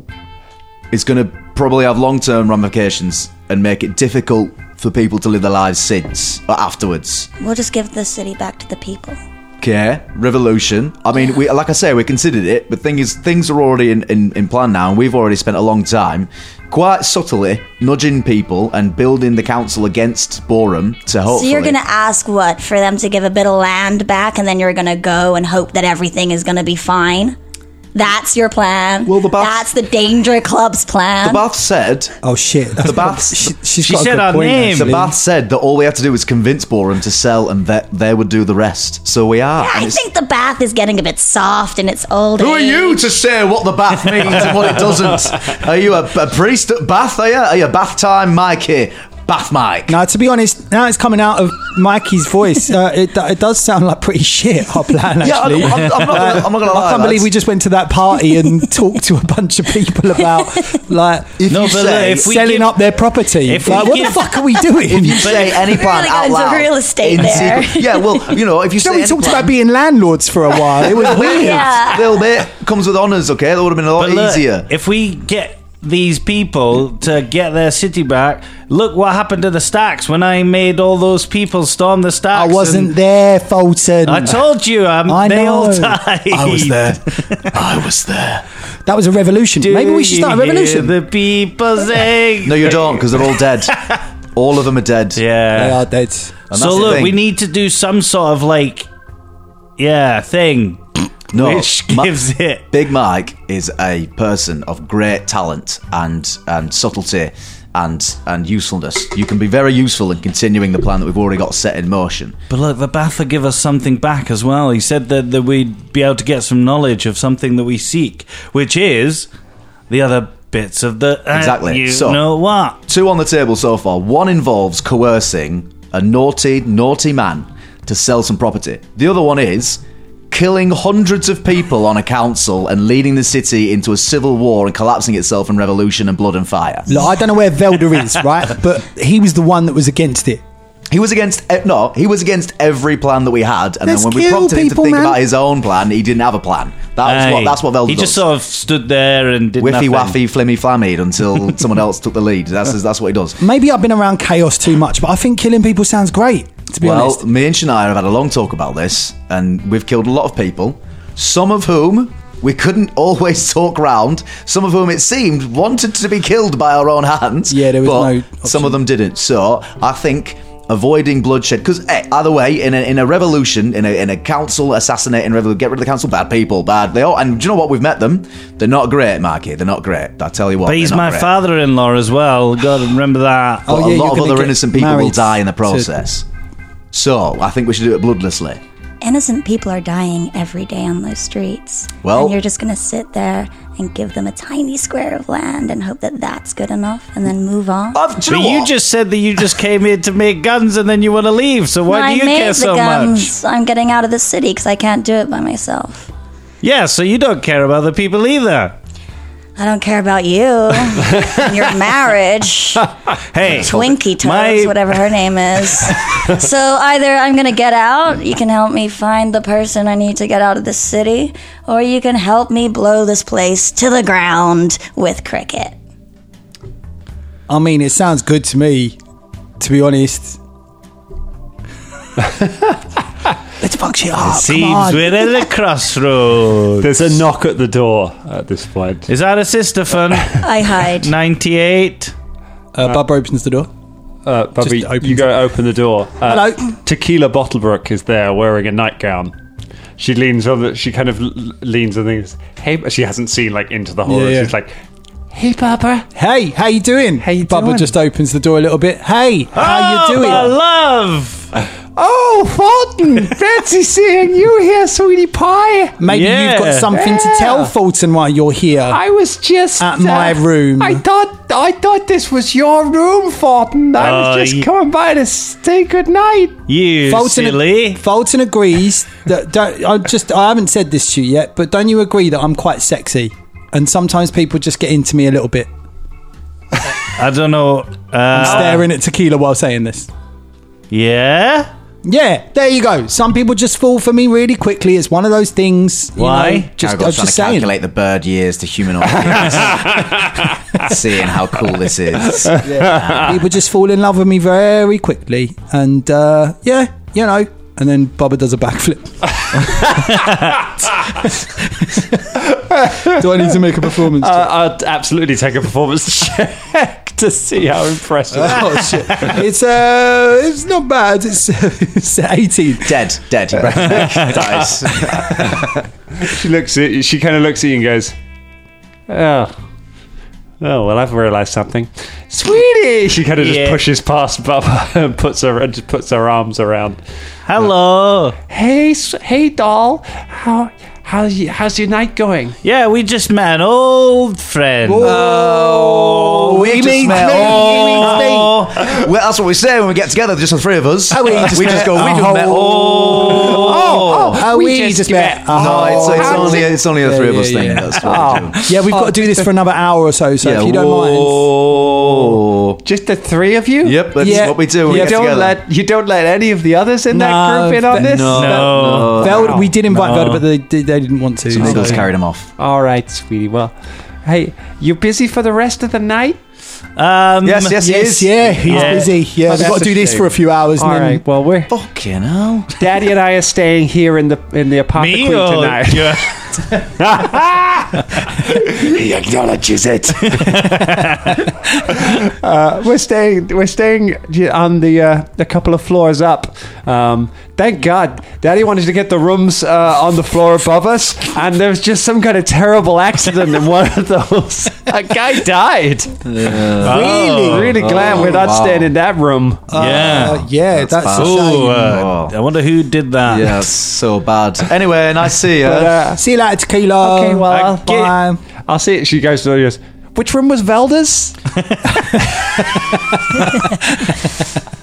[SPEAKER 8] is going to probably have long term ramifications and make it difficult for people to live their lives since or afterwards.
[SPEAKER 7] We'll just give the city back to the people.
[SPEAKER 8] Okay, revolution. I mean, we like I say, we considered it, but thing is, things are already in, in, in plan now, and we've already spent a long time quite subtly nudging people and building the council against Borum to hopefully.
[SPEAKER 7] So you're going to ask what? For them to give a bit of land back and then you're going to go and hope that everything is going to be fine? That's your plan.
[SPEAKER 8] Well, the bath-
[SPEAKER 7] That's the Danger Club's plan.
[SPEAKER 8] The Bath said.
[SPEAKER 5] Oh shit! That's
[SPEAKER 8] The bath-
[SPEAKER 5] She, she's
[SPEAKER 6] She
[SPEAKER 5] got a
[SPEAKER 6] said
[SPEAKER 5] good
[SPEAKER 6] our
[SPEAKER 5] point,
[SPEAKER 6] name.
[SPEAKER 8] The
[SPEAKER 5] actually.
[SPEAKER 8] Bath said that all we had to do was convince Borum to sell, and that they would do the rest. So we are. and
[SPEAKER 7] I
[SPEAKER 8] it's-
[SPEAKER 7] think the bath is getting a bit soft and it's old.
[SPEAKER 8] Who are
[SPEAKER 7] age.
[SPEAKER 8] you to say what the bath means and what it doesn't? Are you a, a priest at Bath? Are you? Are you Bath time, Mikey? Bath Mike.
[SPEAKER 5] Now, to be honest, now it's coming out of Mikey's voice. Uh, it, do- it does sound like pretty shit. Our plan,
[SPEAKER 8] Yeah, I'm-
[SPEAKER 5] actually.
[SPEAKER 8] I'm- I'm not gonna- I'm not gonna
[SPEAKER 5] Uh, I
[SPEAKER 8] lie,
[SPEAKER 5] can't believe
[SPEAKER 8] lads.
[SPEAKER 5] we just went to that party and talked to a bunch of people about like
[SPEAKER 6] No,
[SPEAKER 8] you
[SPEAKER 6] but
[SPEAKER 8] say-
[SPEAKER 6] if we
[SPEAKER 5] selling
[SPEAKER 6] give-
[SPEAKER 5] up their property.
[SPEAKER 6] if we
[SPEAKER 5] like, what
[SPEAKER 6] give-
[SPEAKER 5] the fuck are we doing?
[SPEAKER 8] if you say any plan
[SPEAKER 7] really
[SPEAKER 8] out
[SPEAKER 7] going to
[SPEAKER 8] loud
[SPEAKER 7] real estate
[SPEAKER 8] in
[SPEAKER 7] there.
[SPEAKER 8] secret- yeah, well, you know, if you
[SPEAKER 5] So
[SPEAKER 8] say
[SPEAKER 5] we
[SPEAKER 8] any
[SPEAKER 5] talked
[SPEAKER 8] plan-
[SPEAKER 5] about being landlords for a while. It was weird.
[SPEAKER 7] Yeah.
[SPEAKER 8] little bit comes with honors. Okay, that would have been a lot
[SPEAKER 6] But look,
[SPEAKER 8] easier.
[SPEAKER 6] if we get these people to get their city back, look what happened to the stacks when I made all those people storm the
[SPEAKER 5] I
[SPEAKER 6] stacks.
[SPEAKER 5] wasn't
[SPEAKER 6] and-
[SPEAKER 5] there, Fulton.
[SPEAKER 6] I told you, um,
[SPEAKER 5] I
[SPEAKER 6] they all
[SPEAKER 5] know.
[SPEAKER 6] died.
[SPEAKER 8] I was there. I was there.
[SPEAKER 5] that was a revolution.
[SPEAKER 6] Do
[SPEAKER 5] Maybe we should start a
[SPEAKER 6] you hear
[SPEAKER 5] revolution.
[SPEAKER 6] The people saying,
[SPEAKER 8] No, you don't, because they're all dead. All of them are dead.
[SPEAKER 6] yeah.
[SPEAKER 5] they are dead.
[SPEAKER 6] So
[SPEAKER 8] that's the
[SPEAKER 6] look,
[SPEAKER 8] thing.
[SPEAKER 6] we need to do some sort of like, yeah, thing
[SPEAKER 8] no,
[SPEAKER 6] which
[SPEAKER 8] Ma-
[SPEAKER 6] gives it.
[SPEAKER 8] Big Mike is a person of great talent and and subtlety. And, and usefulness. You can be very useful in continuing the plan that we've already got set in motion.
[SPEAKER 6] But look, the Batha give us something back as well. He said that, that we'd be able to get some knowledge of something that we seek, which is the other bits of the uh,
[SPEAKER 8] Exactly.
[SPEAKER 6] You
[SPEAKER 8] So-
[SPEAKER 6] know what?
[SPEAKER 8] Two on the table so far. One involves coercing a naughty, naughty man to sell some property. The other one is killing hundreds of people on a council and leading the city into a civil war and collapsing itself in revolution and blood and fire.
[SPEAKER 5] Look, I don't know where Velder is, right? But he was the one that was against it.
[SPEAKER 8] He was against e- no. He was against every plan that we had, and
[SPEAKER 9] Let's
[SPEAKER 8] then when we
[SPEAKER 9] kill
[SPEAKER 8] prompted him to
[SPEAKER 9] people,
[SPEAKER 8] think
[SPEAKER 9] man.
[SPEAKER 8] about his own plan, he didn't have a plan. That's
[SPEAKER 6] Aye.
[SPEAKER 8] what that's what Velda
[SPEAKER 6] He
[SPEAKER 8] does.
[SPEAKER 6] just sort of stood there and did
[SPEAKER 8] Whiffy waffy
[SPEAKER 6] nothing.
[SPEAKER 8] flimmy flammied until someone else took the lead. That's that's what he does.
[SPEAKER 5] Maybe I've been around chaos too much, but I think killing people sounds great. To be
[SPEAKER 8] well,
[SPEAKER 5] honest,
[SPEAKER 8] me and Shania have had a long talk about this, and we've killed a lot of people, some of whom we couldn't always talk round, some of whom it seemed wanted to be killed by our own hands.
[SPEAKER 5] Yeah, there was
[SPEAKER 8] but
[SPEAKER 5] no
[SPEAKER 8] Some
[SPEAKER 5] option.
[SPEAKER 8] of them didn't. So I think avoiding bloodshed, because either way, in a, in a revolution, in a, in a council assassinating revolution, get rid of the council, bad people, bad. They all, and do you know what? We've met them. They're not great, Marky. They're not great. I tell you what.
[SPEAKER 6] But he's
[SPEAKER 8] they're not
[SPEAKER 6] my
[SPEAKER 8] great.
[SPEAKER 6] father-in-law as well. Gotta remember that.
[SPEAKER 8] But
[SPEAKER 5] Oh, yeah,
[SPEAKER 8] a
[SPEAKER 5] you're
[SPEAKER 8] lot of
[SPEAKER 5] gonna
[SPEAKER 8] other
[SPEAKER 5] get
[SPEAKER 8] innocent people will
[SPEAKER 5] married
[SPEAKER 8] die in the
[SPEAKER 5] to-
[SPEAKER 8] process. So I think we should do it bloodlessly.
[SPEAKER 7] Innocent people are dying every day on those streets.
[SPEAKER 8] Well-
[SPEAKER 7] and you're just going to sit there and give them a tiny square of land and hope that that's good enough and then move on.
[SPEAKER 8] I've, do
[SPEAKER 6] But
[SPEAKER 8] you, know
[SPEAKER 6] you
[SPEAKER 8] what?
[SPEAKER 6] just said that you just came here to make guns and then you want to leave. So why
[SPEAKER 7] No, I
[SPEAKER 6] do you
[SPEAKER 7] made
[SPEAKER 6] care
[SPEAKER 7] the
[SPEAKER 6] so much?
[SPEAKER 7] guns. I'm getting out of the city because I can't do it by myself.
[SPEAKER 6] Yeah, so you don't care about the people either.
[SPEAKER 7] I don't care about you and your marriage.
[SPEAKER 6] Hey,
[SPEAKER 7] Twinkie Toes,
[SPEAKER 6] My-
[SPEAKER 7] whatever her name is. so either I'm going to get out, you can help me find the person I need to get out of this city, or you can help me blow this place to the ground with cricket.
[SPEAKER 5] I mean, it sounds good to me. To be honest, let's fuck shit up. come
[SPEAKER 6] seems
[SPEAKER 5] on.
[SPEAKER 6] we're at a crossroad.
[SPEAKER 1] There's a knock at the door at this point.
[SPEAKER 6] Is that a sister fun?
[SPEAKER 7] I hide.
[SPEAKER 6] 98.
[SPEAKER 5] Uh, Bub opens the door.
[SPEAKER 1] Uh, Bubby,
[SPEAKER 5] Just opens
[SPEAKER 1] you go open the door. Uh,
[SPEAKER 5] Hello.
[SPEAKER 1] Tequila Bottlebrook is there wearing a nightgown. She leans on the, she kind of l- leans on things. Hey, but she hasn't seen like into the horror.
[SPEAKER 5] Yeah, yeah.
[SPEAKER 1] She's like,
[SPEAKER 5] Hey, how you doing? How you Bubba just opens the door a little bit. Hey, how you
[SPEAKER 6] Oh,
[SPEAKER 5] doing?
[SPEAKER 6] my love.
[SPEAKER 9] Oh, Fulton! Fancy seeing you here, sweetie pie.
[SPEAKER 5] Maybe you've got
[SPEAKER 6] Yeah.
[SPEAKER 5] something to tell
[SPEAKER 9] Yeah.
[SPEAKER 5] Fulton while you're here.
[SPEAKER 9] I was just uh,
[SPEAKER 5] At my room.
[SPEAKER 9] I thought I thought this was your room, Fulton. I was
[SPEAKER 6] Oh,
[SPEAKER 9] just
[SPEAKER 6] you-
[SPEAKER 9] coming by to say goodnight.
[SPEAKER 6] You silly.
[SPEAKER 5] Fulton agrees that. Don't, I just I haven't said this to you yet, but don't you agree that I'm quite sexy? And sometimes people just get into me a little bit.
[SPEAKER 6] I don't know. Uh,
[SPEAKER 5] staring at tequila while saying this.
[SPEAKER 6] yeah?
[SPEAKER 5] Yeah, there you go. Some people just fall for me really quickly. It's one of those things. you
[SPEAKER 6] Why?
[SPEAKER 5] know,
[SPEAKER 8] Aragorn's
[SPEAKER 5] just, I'm
[SPEAKER 8] trying
[SPEAKER 5] just
[SPEAKER 8] to
[SPEAKER 5] saying.
[SPEAKER 8] calculate the bird years to humanoid years. Seeing how cool this is.
[SPEAKER 5] People just fall in love with me very quickly. And uh, yeah, you know. And then Bubba does a backflip. Do I need to make a performance? check?
[SPEAKER 1] uh, I'd absolutely take a performance check to see how impressive.
[SPEAKER 5] oh shit! It's uh, it's not bad. It's, it's eighteen.
[SPEAKER 8] Dead, dead. he breaks neck, dies.
[SPEAKER 1] she looks at she kind of looks at you and goes, "Oh, oh well, I've realised something, sweetie." She kind of just
[SPEAKER 6] Yeah.
[SPEAKER 1] pushes past Bubba and puts her and just puts her arms around.
[SPEAKER 6] Hello.
[SPEAKER 9] Hey, s- hey, doll. How how you, how's your night going?
[SPEAKER 6] Yeah, we just met an old friend.
[SPEAKER 8] Oh, we just met.
[SPEAKER 6] Oh.
[SPEAKER 8] Well, that's what we say when we get together, just the three of us.
[SPEAKER 5] Oh,
[SPEAKER 8] we just, go, we just met. Oh,
[SPEAKER 9] Oh,
[SPEAKER 5] Oh, we, just, met.
[SPEAKER 8] no, it's, it's
[SPEAKER 9] how
[SPEAKER 8] only it's only the
[SPEAKER 5] Yeah,
[SPEAKER 8] three of
[SPEAKER 5] yeah,
[SPEAKER 8] us thing.
[SPEAKER 5] yeah.
[SPEAKER 8] That's what we do.
[SPEAKER 5] Yeah, we've got to do this for another hour or so. So if you don't mind,
[SPEAKER 8] whoa.
[SPEAKER 9] Just the three of you.
[SPEAKER 8] Yep, that's
[SPEAKER 5] Yeah.
[SPEAKER 8] what we do. When
[SPEAKER 5] Yeah,
[SPEAKER 8] we get
[SPEAKER 9] Don't
[SPEAKER 8] together.
[SPEAKER 9] let you don't let any of the others in
[SPEAKER 5] No,
[SPEAKER 9] that group in on
[SPEAKER 5] that-
[SPEAKER 9] this.
[SPEAKER 5] no.
[SPEAKER 6] No.
[SPEAKER 5] Veld, we did invite Veld, but they they they didn't want to.
[SPEAKER 8] Sniggles
[SPEAKER 5] so-
[SPEAKER 8] carried him off.
[SPEAKER 9] All right, sweetie. Well, hey, you busy for the rest of the night?
[SPEAKER 6] Um,
[SPEAKER 8] Yes, yes, he
[SPEAKER 5] Yes,
[SPEAKER 8] is.
[SPEAKER 5] yeah, he's
[SPEAKER 6] Yeah.
[SPEAKER 5] busy. Yeah, we've got to do this for a few hours.
[SPEAKER 9] All
[SPEAKER 5] and then-
[SPEAKER 9] right. Well, we're
[SPEAKER 8] Fucking hell.
[SPEAKER 9] Daddy and I are staying here in the in the
[SPEAKER 6] Me
[SPEAKER 9] apartment
[SPEAKER 6] or-
[SPEAKER 9] tonight.
[SPEAKER 6] Yeah.
[SPEAKER 8] He acknowledges it.
[SPEAKER 9] We're staying. We're staying on the uh, a couple of floors up. Um, thank God, Daddy wanted to get the rooms uh, on the floor above us, and there was just some kind of terrible accident in one of those. A guy died. really, really glad we're not
[SPEAKER 8] wow.
[SPEAKER 9] staying in that room.
[SPEAKER 5] Uh,
[SPEAKER 6] yeah.
[SPEAKER 5] yeah, that's, a
[SPEAKER 6] Ooh,
[SPEAKER 5] shame.
[SPEAKER 6] uh, I wonder who did that.
[SPEAKER 8] Yeah, it's so bad. Anyway, nice to see you.
[SPEAKER 9] Uh,
[SPEAKER 5] See you later, tequila.
[SPEAKER 9] okay, well, I'll,
[SPEAKER 5] bye.
[SPEAKER 9] I'll see. It. She goes to the goes, Which room was Velda's?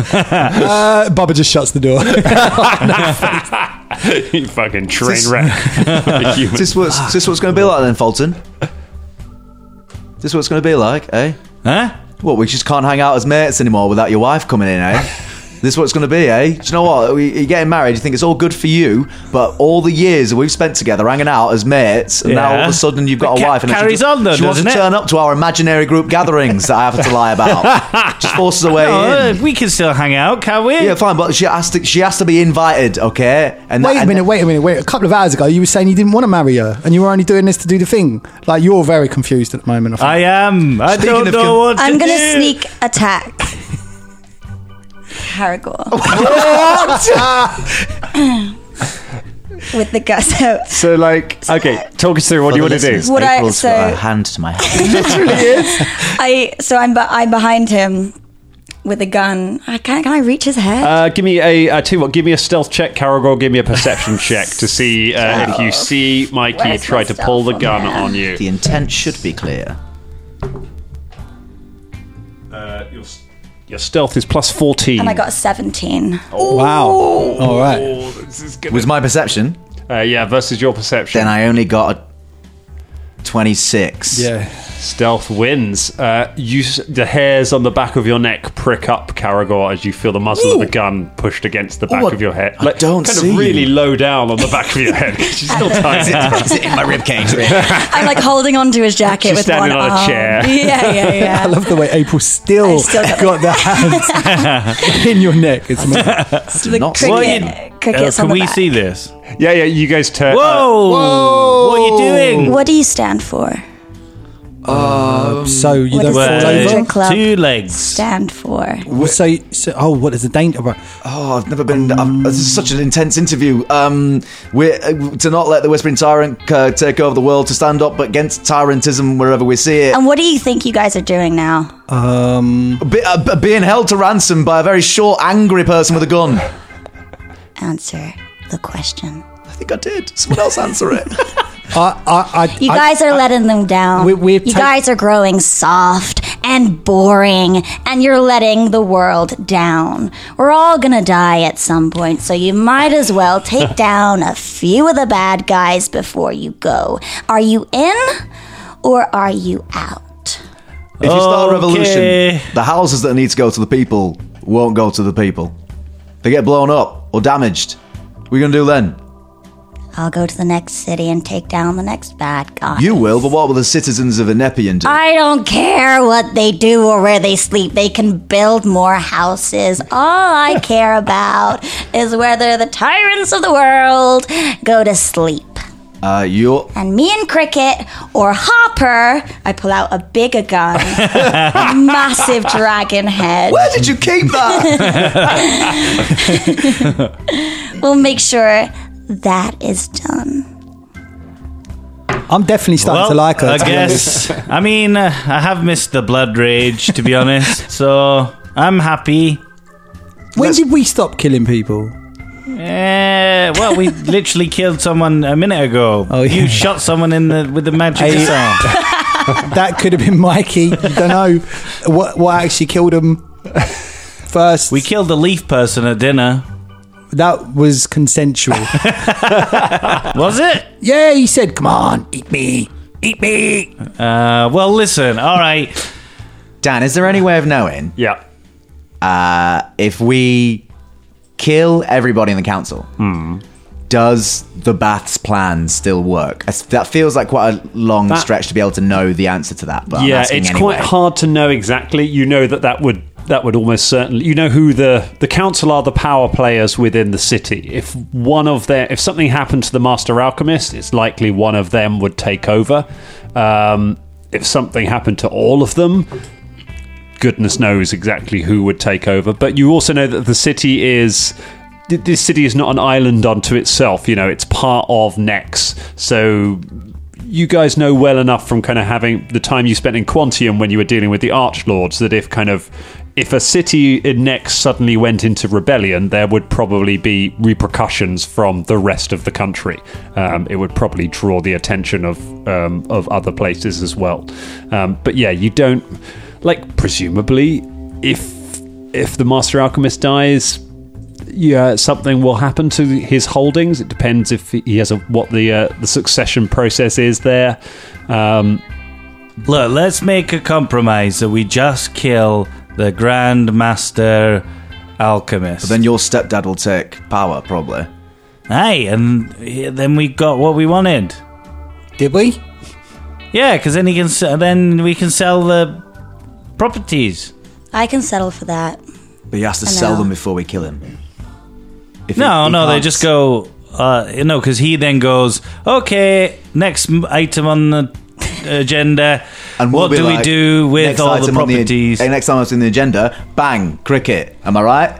[SPEAKER 5] Uh, Bubba just shuts the door.
[SPEAKER 1] you fucking train wreck.
[SPEAKER 5] uh,
[SPEAKER 8] Is this what's is this what's going to be like then, Fulton? Is this what's going to be like, eh?
[SPEAKER 6] Huh?
[SPEAKER 8] What we just can't hang out as mates anymore without your wife coming in, eh? This is what it's going to be, eh? Do you know what? We, you're getting married. You think it's all good for you, but all the years that we've spent together hanging out as mates, and now all of
[SPEAKER 6] Yeah.
[SPEAKER 8] a sudden you've got
[SPEAKER 6] It
[SPEAKER 8] a
[SPEAKER 6] ca-
[SPEAKER 8] wife, and
[SPEAKER 6] carries
[SPEAKER 8] she,
[SPEAKER 6] on though,
[SPEAKER 8] she wants to
[SPEAKER 6] doesn't it?
[SPEAKER 8] turn up to our imaginary group gatherings that I have to lie about. Just forces her way
[SPEAKER 6] Oh,
[SPEAKER 8] in.
[SPEAKER 6] we can still hang out, can we?
[SPEAKER 8] Yeah, fine, but she has to. She has to be invited, okay? And
[SPEAKER 5] Wait
[SPEAKER 8] that-
[SPEAKER 5] a
[SPEAKER 8] and-
[SPEAKER 5] minute, wait a minute, wait. A couple of hours ago, you were saying you didn't want to marry her, and you were only doing this to do the thing. Like you're very confused at the moment. I, think.
[SPEAKER 6] I am. I
[SPEAKER 8] Speaking
[SPEAKER 6] don't
[SPEAKER 8] of
[SPEAKER 6] know
[SPEAKER 8] con-
[SPEAKER 6] what
[SPEAKER 7] I'm
[SPEAKER 6] to
[SPEAKER 7] going to
[SPEAKER 6] do.
[SPEAKER 7] sneak attack. Haragor with the gusto.
[SPEAKER 3] So, like, okay, talk us through what do you want to do.
[SPEAKER 7] Would I-
[SPEAKER 8] April's
[SPEAKER 7] so-
[SPEAKER 8] got her hand to my hand.
[SPEAKER 7] I so I'm be- I'm behind him with a gun. I can can I reach his head?
[SPEAKER 3] Uh, give me a. I tell you what. Give me a stealth check, Caragor. Give me a perception check to see uh, if you see Mikey
[SPEAKER 7] Where's
[SPEAKER 3] try
[SPEAKER 7] my
[SPEAKER 3] to pull the
[SPEAKER 7] stealth
[SPEAKER 3] gun
[SPEAKER 7] on there?
[SPEAKER 3] on you.
[SPEAKER 8] the intent should be clear.
[SPEAKER 3] Uh, your, s- your stealth is plus fourteen.
[SPEAKER 7] and I got a 17.
[SPEAKER 5] wow. All right.
[SPEAKER 3] Oh, this is good.
[SPEAKER 8] Was my perception?
[SPEAKER 3] Uh, yeah, versus your perception.
[SPEAKER 8] Then I only got a twenty-six.
[SPEAKER 5] Yeah.
[SPEAKER 3] Stealth wins. Uh, you, s- the hairs on the back of your neck prick up, Caragor, as you feel the muzzle of the gun pushed against the back
[SPEAKER 8] Ooh, I-
[SPEAKER 3] of your head.
[SPEAKER 8] I don't
[SPEAKER 3] kind
[SPEAKER 8] see
[SPEAKER 3] of really
[SPEAKER 8] you.
[SPEAKER 3] low down on the back of your head. 'cause She's still tied.
[SPEAKER 8] Is it in my ribcage?
[SPEAKER 7] I'm like holding onto his jacket
[SPEAKER 3] She's
[SPEAKER 7] with
[SPEAKER 3] standing
[SPEAKER 7] one
[SPEAKER 3] on a
[SPEAKER 7] arm.
[SPEAKER 3] chair.
[SPEAKER 7] Yeah, yeah, yeah.
[SPEAKER 5] I love the way April still,
[SPEAKER 7] still got
[SPEAKER 5] got, the hands in your neck. It's amazing.
[SPEAKER 7] It's the
[SPEAKER 8] not
[SPEAKER 6] What
[SPEAKER 7] cricket,
[SPEAKER 6] are you-
[SPEAKER 7] crickets
[SPEAKER 6] Oh,
[SPEAKER 7] on
[SPEAKER 6] can
[SPEAKER 7] the
[SPEAKER 6] we
[SPEAKER 7] back.
[SPEAKER 6] see this?
[SPEAKER 3] yeah, yeah. You guys turn.
[SPEAKER 6] Whoa!
[SPEAKER 3] uh,
[SPEAKER 6] What are you doing?
[SPEAKER 7] What do you stand for?
[SPEAKER 5] so you
[SPEAKER 7] what
[SPEAKER 5] don't
[SPEAKER 7] is
[SPEAKER 5] fall
[SPEAKER 7] the danger
[SPEAKER 5] over.
[SPEAKER 7] club
[SPEAKER 6] two legs.
[SPEAKER 7] stand for?
[SPEAKER 5] So, so, oh, what is the danger? Right.
[SPEAKER 8] Oh, I've never been. I've, this is such an intense interview. Um, we're uh, to not let the whispering tyrant uh, take over the world, to stand up against tyrantism wherever we see it.
[SPEAKER 7] And what do you think you guys are doing now?
[SPEAKER 5] Um,
[SPEAKER 8] Be, uh, b- being held to ransom by a very short, angry person with a gun.
[SPEAKER 7] Answer the question.
[SPEAKER 8] I think I did. Someone else answer it.
[SPEAKER 5] I, I, I,
[SPEAKER 7] You
[SPEAKER 5] I-
[SPEAKER 7] guys are letting them down.
[SPEAKER 5] We- we've
[SPEAKER 7] you
[SPEAKER 5] ta-
[SPEAKER 7] guys are growing soft and boring, and you're letting the world down. We're all gonna die at some point, so you might as well take down a few of the bad guys before you go. Are you in or are you out?
[SPEAKER 8] If you start a
[SPEAKER 6] Okay.
[SPEAKER 8] revolution, the houses that need to go to the people won't go to the people. They get blown up or damaged. What are you going to do then?
[SPEAKER 7] I'll go to the next city and take down the next bad guy.
[SPEAKER 8] You will, but what will the citizens of Inepian do?
[SPEAKER 7] I don't care what they do or where they sleep. They can build more houses. All I care about is whether the tyrants of the world go to sleep.
[SPEAKER 8] Uh, you're.
[SPEAKER 7] And me and Cricket or Hopper, I pull out a bigger gun, a massive dragon head.
[SPEAKER 8] Where did you keep that?
[SPEAKER 7] We'll make sure that is done.
[SPEAKER 5] I'm definitely starting to like her.
[SPEAKER 6] I
[SPEAKER 5] to be honest.
[SPEAKER 6] guess. I mean, uh, I have missed the blood rage, to be honest. So I'm happy.
[SPEAKER 5] When did we stop killing people?
[SPEAKER 6] Uh, well, we literally killed someone a minute ago.
[SPEAKER 5] Oh, yeah.
[SPEAKER 6] You shot someone in the with the magic
[SPEAKER 5] I-
[SPEAKER 6] missile.
[SPEAKER 5] That could have been Mikey. You don't know what what actually killed him first.
[SPEAKER 6] We killed the leaf person at dinner.
[SPEAKER 5] that was consensual.
[SPEAKER 6] Was it?
[SPEAKER 5] yeah, he said, "Come on, eat me, eat me."
[SPEAKER 6] Uh, well, listen. All right.
[SPEAKER 8] Dan, is there any way of knowing
[SPEAKER 3] yeah.
[SPEAKER 8] Uh, if we kill everybody in the council? Does the bath's plan still work? As- That feels like quite a long
[SPEAKER 3] That-
[SPEAKER 8] stretch to be able to know the answer to that. But I'm
[SPEAKER 3] yeah,
[SPEAKER 8] asking
[SPEAKER 3] it's
[SPEAKER 8] anyway.
[SPEAKER 3] quite hard to know exactly. You know that that would that would almost certainly you know who the the council are the power players within the city. If one of their if something happened to the master alchemist, it's likely one of them would take over. Um, if something happened to all of them, goodness knows exactly who would take over. But you also know that the city is. th- This city is not an island unto itself, you know, it's part of Nex. So you guys know well enough from kind of having the time you spent in Quantium when you were dealing with the Archlords that if kind of if a city in Nex suddenly went into rebellion, there would probably be repercussions from the rest of the country. Um, it would probably draw the attention of um, of other places as well. Um, but yeah, you don't like presumably if if the Master Alchemist dies, yeah, something will happen to his holdings. It depends if he has a, what the uh, the succession process is there. Um,
[SPEAKER 6] Look, let's make a compromise that we just kill the Grand Master alchemist.
[SPEAKER 8] Then your stepdad will take power, probably.
[SPEAKER 6] hey, and he- then we got what we wanted.
[SPEAKER 5] Did we?
[SPEAKER 6] Yeah, because then he can. s- Then we can sell the properties.
[SPEAKER 7] I can settle for that.
[SPEAKER 8] But he has to
[SPEAKER 7] I
[SPEAKER 8] sell
[SPEAKER 7] know.
[SPEAKER 8] them before we kill him. If he-
[SPEAKER 6] No,
[SPEAKER 8] he
[SPEAKER 6] no, they
[SPEAKER 8] can't-
[SPEAKER 6] just go. Uh, no, because he then goes, okay, next m- item on the agenda.
[SPEAKER 8] And we'll
[SPEAKER 6] what
[SPEAKER 8] be
[SPEAKER 6] do we
[SPEAKER 8] like,
[SPEAKER 6] do with
[SPEAKER 8] next
[SPEAKER 6] all the
[SPEAKER 8] item on
[SPEAKER 6] properties?
[SPEAKER 8] and next time it's in the agenda, bang, cricket. Am I right?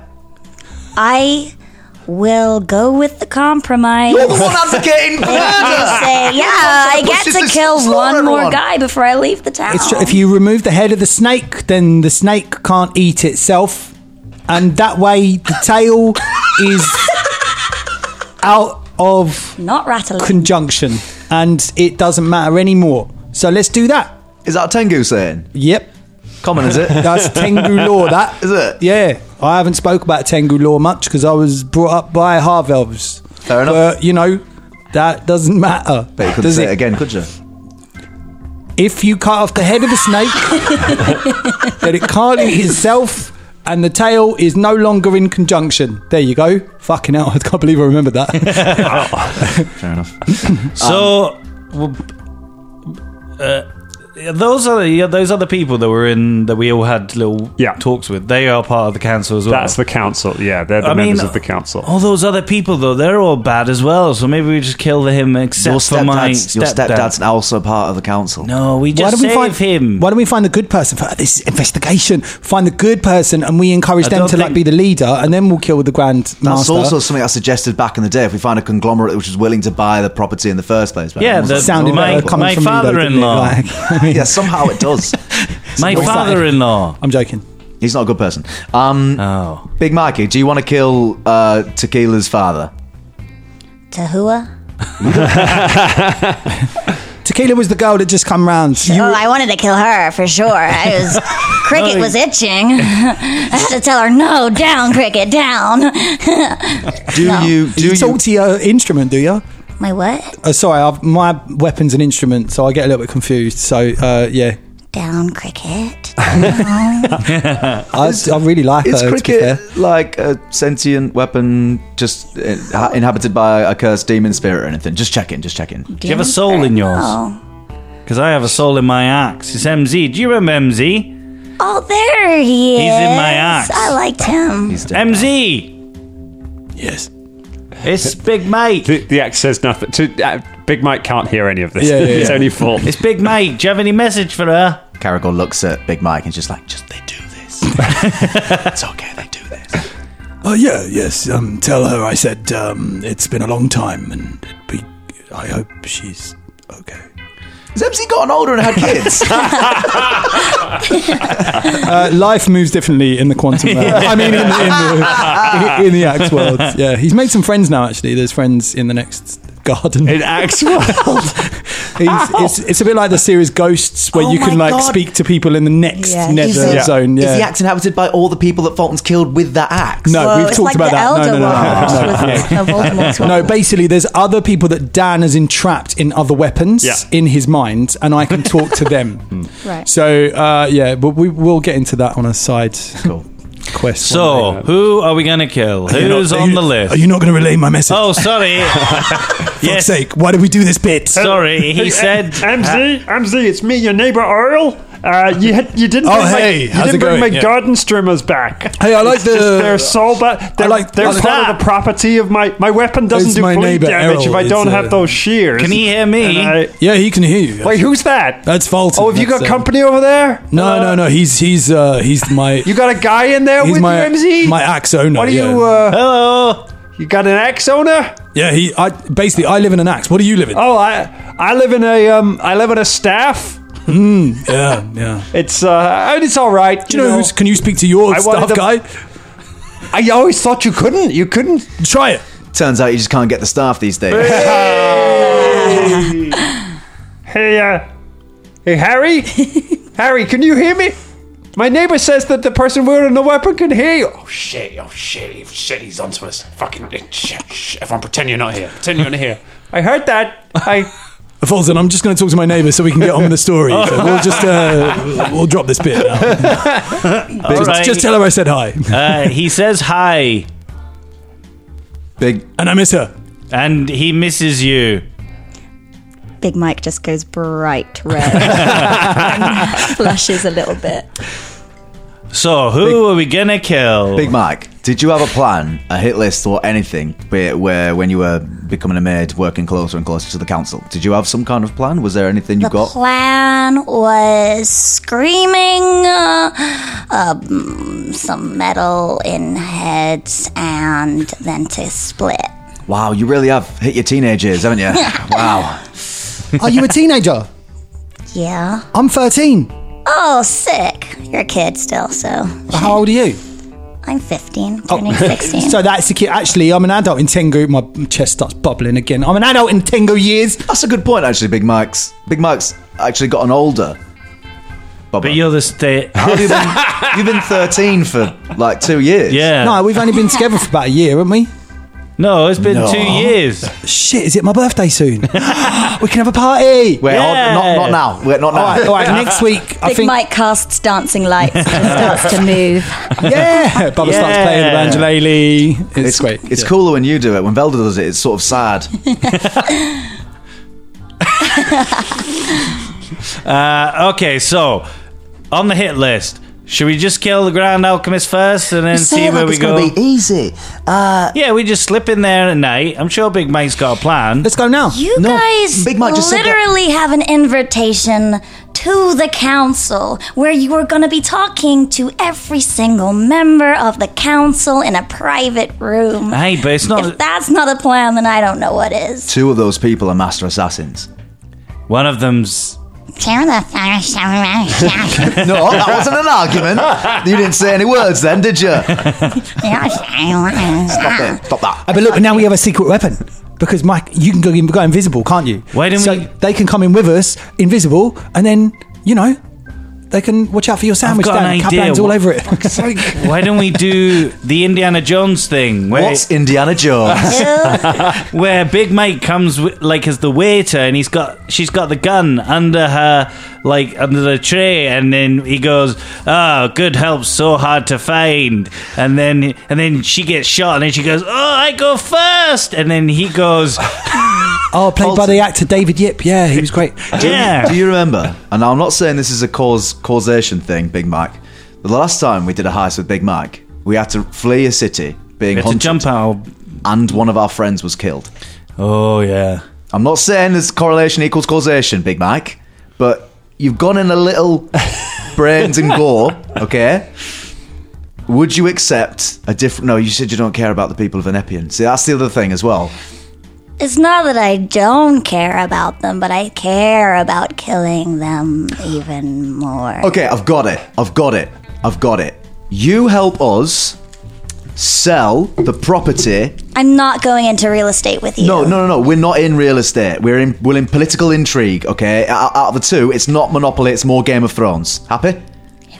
[SPEAKER 7] I will go with the compromise.
[SPEAKER 8] You're the one advocating murder.
[SPEAKER 7] Just say, yeah, I get
[SPEAKER 8] Pussies
[SPEAKER 7] to
[SPEAKER 8] that
[SPEAKER 7] kill
[SPEAKER 8] slaughter
[SPEAKER 7] one more
[SPEAKER 8] everyone.
[SPEAKER 7] guy before I leave the town.
[SPEAKER 5] It's true. If you remove the head of the snake, then the snake can't eat itself, and that way the tail is out of
[SPEAKER 7] Not rattling.
[SPEAKER 5] conjunction, and it doesn't matter anymore. So let's do that.
[SPEAKER 8] Is that Tengu saying?
[SPEAKER 5] Yep,
[SPEAKER 8] Common, is it?
[SPEAKER 5] that's Tengu law. That
[SPEAKER 8] Is it?
[SPEAKER 5] Yeah, I haven't spoke about Tengu law much because I was brought up by half elves.
[SPEAKER 8] Fair enough.
[SPEAKER 5] But you know, that doesn't matter.
[SPEAKER 8] But you couldn't
[SPEAKER 5] does
[SPEAKER 8] say it again, could you?
[SPEAKER 5] if you cut off the head of a snake, then it can't eat itself, and the tail is no longer in conjunction. There you go. Fucking hell, I can't believe I remembered that.
[SPEAKER 8] um,
[SPEAKER 6] So, well, uh, those are the, yeah, those other people that were in that we all had little
[SPEAKER 3] Yeah.
[SPEAKER 6] talks with. They are part of the council as well.
[SPEAKER 3] That's the council. Yeah, they're the
[SPEAKER 6] I mean,
[SPEAKER 3] members of the council.
[SPEAKER 5] oh.
[SPEAKER 6] all those other people though, they're all bad as well. So maybe we just kill him except
[SPEAKER 8] Your
[SPEAKER 6] for my
[SPEAKER 8] stepdad's, your
[SPEAKER 6] stepdad.
[SPEAKER 8] stepdad's also part of the council.
[SPEAKER 6] No, we just save
[SPEAKER 5] find
[SPEAKER 6] him.
[SPEAKER 5] Why don't we find the good person for this is investigation? Find the good person, and we encourage
[SPEAKER 6] I
[SPEAKER 5] them
[SPEAKER 6] don't
[SPEAKER 5] to like
[SPEAKER 6] think-
[SPEAKER 5] be the leader, and then we'll kill the grand
[SPEAKER 8] That's
[SPEAKER 5] master.
[SPEAKER 8] also something I suggested back in the day. If we find a conglomerate which is willing to buy the property in the first place, but
[SPEAKER 6] Yeah,
[SPEAKER 8] everyone's
[SPEAKER 6] the-
[SPEAKER 8] like,
[SPEAKER 5] sounded
[SPEAKER 6] my-
[SPEAKER 5] better coming
[SPEAKER 6] my
[SPEAKER 5] from me, though, didn't it?
[SPEAKER 6] father-in-law.
[SPEAKER 5] Like, I mean,
[SPEAKER 8] yeah, somehow it does.
[SPEAKER 6] my
[SPEAKER 5] What's that?
[SPEAKER 6] father-in-law.
[SPEAKER 5] I'm joking.
[SPEAKER 8] He's not a good person. Um,
[SPEAKER 6] Oh.
[SPEAKER 8] Big Mikey, do you want to kill uh, Tequila's father?
[SPEAKER 7] Tahua?
[SPEAKER 5] Tequila was the girl that just come round. You-
[SPEAKER 7] oh, I wanted to kill her for sure. I was Cricket
[SPEAKER 5] Oh,
[SPEAKER 7] was itching. I had to tell her, no, down, Cricket, down.
[SPEAKER 8] Do you do
[SPEAKER 5] you
[SPEAKER 8] you,
[SPEAKER 5] talk to your instrument, do you?
[SPEAKER 7] My what?
[SPEAKER 5] Uh, sorry, I've, my weapon's an instrument, so I get a little bit confused. So uh, yeah,
[SPEAKER 7] Down, Cricket.
[SPEAKER 5] I, I really like
[SPEAKER 8] is
[SPEAKER 5] her. Uh, to be fair.
[SPEAKER 8] cricket like a sentient weapon just uh, inhabited by a cursed demon spirit or anything? Just checking, just checking.
[SPEAKER 6] Do you have a soul in yours?
[SPEAKER 7] Oh.
[SPEAKER 6] Because I have a soul in my axe. It's MZ. Do you remember MZ?
[SPEAKER 7] oh, there he is.
[SPEAKER 6] He's in my axe.
[SPEAKER 7] I liked him.
[SPEAKER 6] Um, MZ. Yes. It's Big Mate.
[SPEAKER 3] the, the axe says nothing. To, uh, Big Mike can't hear any of this.
[SPEAKER 5] Yeah, yeah,
[SPEAKER 3] it's
[SPEAKER 5] yeah.
[SPEAKER 3] only full.
[SPEAKER 6] It's Big Mike. Do you have any message for her?
[SPEAKER 8] Caragor uh, looks at Big Mike and just like, just they do this. it's okay, they do this.
[SPEAKER 5] Oh yeah, yes. Um, tell her I said um, it's been a long time, and it'd be, I hope she's okay.
[SPEAKER 8] Has MC gotten older and had kids?
[SPEAKER 5] Uh, life moves differently in the quantum realm. I mean, in the, in, the, in the axe world. Yeah, he's made some friends now. Actually, there's friends in the next garden.
[SPEAKER 3] In axe world.
[SPEAKER 5] He's, it's, it's a bit like the series Ghosts, where
[SPEAKER 8] Oh
[SPEAKER 5] you can
[SPEAKER 8] my God.
[SPEAKER 5] like speak to people in the next
[SPEAKER 7] Yeah,
[SPEAKER 5] nether
[SPEAKER 7] he's a- Yeah.
[SPEAKER 5] zone. Yeah.
[SPEAKER 8] Is the axe inhabited by all the people that Fulton's killed with that axe?
[SPEAKER 5] No,
[SPEAKER 7] Whoa,
[SPEAKER 5] we've
[SPEAKER 7] it's
[SPEAKER 5] talked
[SPEAKER 7] like
[SPEAKER 5] about
[SPEAKER 7] the
[SPEAKER 5] that. No,
[SPEAKER 7] Elder
[SPEAKER 5] no, no, no, no,
[SPEAKER 7] World with no, Voldemort's
[SPEAKER 5] No,
[SPEAKER 7] world.
[SPEAKER 5] basically, there's other people that Dan has entrapped in other weapons
[SPEAKER 3] Yeah. Hmm.
[SPEAKER 5] in his mind, and I can talk to them. Hmm.
[SPEAKER 7] Right.
[SPEAKER 5] So, uh, yeah, but we will get into that on a side quest. one
[SPEAKER 6] So,
[SPEAKER 5] day.
[SPEAKER 6] who are we going to kill? Who's on the list?
[SPEAKER 5] Are you not going to relay my message?
[SPEAKER 6] oh, sorry.
[SPEAKER 5] for
[SPEAKER 6] yes.
[SPEAKER 5] sake, why did we do this bit?
[SPEAKER 6] Sorry. He said. uh,
[SPEAKER 3] MZ, MZ, it's me, your neighbor Earl. Uh, you had, you didn't
[SPEAKER 5] Oh,
[SPEAKER 3] bring
[SPEAKER 5] hey,
[SPEAKER 3] my, you
[SPEAKER 5] how's
[SPEAKER 3] didn't
[SPEAKER 5] it
[SPEAKER 3] bring
[SPEAKER 5] going?
[SPEAKER 3] my
[SPEAKER 5] Yeah.
[SPEAKER 3] garden streamers back.
[SPEAKER 5] Hey, I like
[SPEAKER 3] It's just
[SPEAKER 5] the-
[SPEAKER 3] they're so bad. They're,
[SPEAKER 5] like-
[SPEAKER 3] they're
[SPEAKER 5] I like
[SPEAKER 3] part
[SPEAKER 5] that.
[SPEAKER 3] of the property of my my weapon doesn't
[SPEAKER 5] It's
[SPEAKER 3] do
[SPEAKER 5] my
[SPEAKER 3] bleed
[SPEAKER 5] neighbor
[SPEAKER 3] damage
[SPEAKER 5] Errol.
[SPEAKER 3] if I
[SPEAKER 5] It's
[SPEAKER 3] don't
[SPEAKER 5] a-
[SPEAKER 3] have those shears.
[SPEAKER 6] Can he hear me?
[SPEAKER 3] And I-
[SPEAKER 5] yeah, he can hear you.
[SPEAKER 3] wait, who's that?
[SPEAKER 5] That's Fulton.
[SPEAKER 3] Oh, have you
[SPEAKER 5] That's,
[SPEAKER 3] got
[SPEAKER 5] uh,
[SPEAKER 3] company over there? Uh,
[SPEAKER 5] No, no, no. He's he's uh, he's my
[SPEAKER 3] You got a guy in there
[SPEAKER 5] he's
[SPEAKER 3] with
[SPEAKER 5] my
[SPEAKER 3] you, MZ?
[SPEAKER 5] my axe owner.
[SPEAKER 3] what are
[SPEAKER 5] yeah.
[SPEAKER 3] you? Uh,
[SPEAKER 6] Hello.
[SPEAKER 3] you got an axe owner?
[SPEAKER 5] yeah, he. I basically I live in an axe. What do you live in?
[SPEAKER 3] Oh, I I live in a um I live in a staff.
[SPEAKER 5] Yeah, yeah.
[SPEAKER 3] It's uh it's all right.
[SPEAKER 5] Do you know who's? Can you speak to your
[SPEAKER 3] I
[SPEAKER 5] staff
[SPEAKER 3] wanted to-
[SPEAKER 5] guy?
[SPEAKER 3] I always thought you couldn't. You couldn't.
[SPEAKER 5] Try it.
[SPEAKER 8] Turns out you just can't get the staff these days.
[SPEAKER 3] Hey, uh, hey, Harry, Harry, can you hear me? My neighbor says that the person wearing the weapon can hear you.
[SPEAKER 10] Oh shit, oh shit, shit, he's onto us. Fucking shit, shit. Everyone pretend you're not here. Pretend you're not here.
[SPEAKER 3] I heard that. I,
[SPEAKER 5] Fulton, I'm just going to talk to my neighbour so we can get on with the story. So we'll just uh, we'll drop this bit. Now. just,
[SPEAKER 6] right.
[SPEAKER 5] just tell her I said hi,
[SPEAKER 6] Uh, he says hi,
[SPEAKER 4] Big
[SPEAKER 5] and I miss her.
[SPEAKER 6] and he misses you.
[SPEAKER 7] Big Mike just goes bright red and flushes a little bit.
[SPEAKER 6] So who are we gonna kill?
[SPEAKER 8] Big Mike, did you have a plan, a hit list, or anything be it where when you were becoming a maid, working closer and closer to the council? Did you have some kind of plan? Was there anything you
[SPEAKER 7] The
[SPEAKER 8] got?
[SPEAKER 7] plan was screaming uh, um, some metal in heads and then to split.
[SPEAKER 8] Wow, you really have hit your teenagers, haven't you? wow.
[SPEAKER 5] Are you a teenager?
[SPEAKER 7] Yeah.
[SPEAKER 5] I'm 13.
[SPEAKER 7] Oh, sick. You're a kid still, so
[SPEAKER 5] How old are you?
[SPEAKER 7] I'm 15, turning 16.
[SPEAKER 5] Oh. So that's the kid. Actually, I'm an adult in Tengu. My chest starts bubbling again. I'm an adult in Tengu years.
[SPEAKER 8] That's a good point, actually, Big Mike's. Big Mike's actually gotten older. Bubba.
[SPEAKER 6] But you're the state.
[SPEAKER 8] How have you been, you've been 13 for like two years.
[SPEAKER 6] Yeah.
[SPEAKER 5] No,
[SPEAKER 6] No,
[SPEAKER 5] we've only been together for about a year, haven't we?
[SPEAKER 6] it's been two years.
[SPEAKER 5] Shit, is it my birthday soon? we can have a party.
[SPEAKER 8] Wait, hold-
[SPEAKER 6] Yeah.
[SPEAKER 8] not, not now. Wait, not now.
[SPEAKER 5] All right, all right. Next week, I
[SPEAKER 7] Big
[SPEAKER 5] think.
[SPEAKER 7] Mike casts dancing lights and starts to move.
[SPEAKER 5] Yeah, Bubba starts
[SPEAKER 6] Yeah.
[SPEAKER 5] playing the banjolele. It's,
[SPEAKER 8] It's,
[SPEAKER 5] great.
[SPEAKER 8] It's cooler when you do it. When Velda does it, it's sort of sad.
[SPEAKER 6] Uh, okay, so on the hit list, should we just kill the Grand Alchemist first and then see where we go?
[SPEAKER 8] easy.
[SPEAKER 6] yeah, we just slip in there at night. I'm sure Big Mike's got a plan.
[SPEAKER 5] Let's go now.
[SPEAKER 7] You guys
[SPEAKER 8] Big Mike just said that-
[SPEAKER 7] literally have an invitation to the council where you are going to be talking to every single member of the council in a private room.
[SPEAKER 6] Hey, but it's
[SPEAKER 7] if
[SPEAKER 6] not
[SPEAKER 7] that's not a plan, then I don't know what is.
[SPEAKER 8] Two of those people are master assassins.
[SPEAKER 6] one of them's.
[SPEAKER 7] Why
[SPEAKER 8] No, Oh, that wasn't an argument. You didn't say any words then, did you? Stop that.
[SPEAKER 5] Uh, but look, now we have a secret weapon because Mike, you can go, go invisible, can't you?
[SPEAKER 6] Why don't
[SPEAKER 5] so
[SPEAKER 6] we-
[SPEAKER 5] They can come in with us, invisible, and then you know they can watch out for your sandwich.
[SPEAKER 6] got an
[SPEAKER 5] Dan.
[SPEAKER 6] idea.
[SPEAKER 5] Kaplan's all
[SPEAKER 6] What-
[SPEAKER 5] over it.
[SPEAKER 6] Why don't we do the Indiana Jones thing? Where,
[SPEAKER 8] What's Indiana Jones?
[SPEAKER 6] where Big Mike comes with, like as the waiter, and he's got she's got the gun under her like under the tray, and then he goes, "Oh, good help's so hard to find," and then and then she gets shot, and then she goes, "Oh, I go first," and then he goes,
[SPEAKER 5] oh, played by the actor David Yip. Yeah, he was great.
[SPEAKER 8] Do
[SPEAKER 6] "Yeah."
[SPEAKER 8] you remember? And I'm not saying this is a cause causation thing, Big Mike. The last time we did a heist with Big Mike, we had to flee a city being
[SPEAKER 6] It's a
[SPEAKER 8] hunted,
[SPEAKER 6] jump out.
[SPEAKER 8] and one of our friends was killed.
[SPEAKER 6] Oh yeah.
[SPEAKER 8] I'm not saying this correlation equals causation, Big Mike, but you've gone in a little brains and gore, okay? Would you accept a different? No, you said you don't care about the people of Anepian. See, that's the other thing as well.
[SPEAKER 7] It's not that I don't care about them, but I care about killing them even more.
[SPEAKER 8] Okay, I've got it. I've got it. I've got it. You help us sell the property.
[SPEAKER 7] I'm not going into real estate with you.
[SPEAKER 8] No, no, no, no. We're not in real estate. We're in we're in political intrigue. Okay, out, out of the two, it's not Monopoly. It's more Game of Thrones. Happy?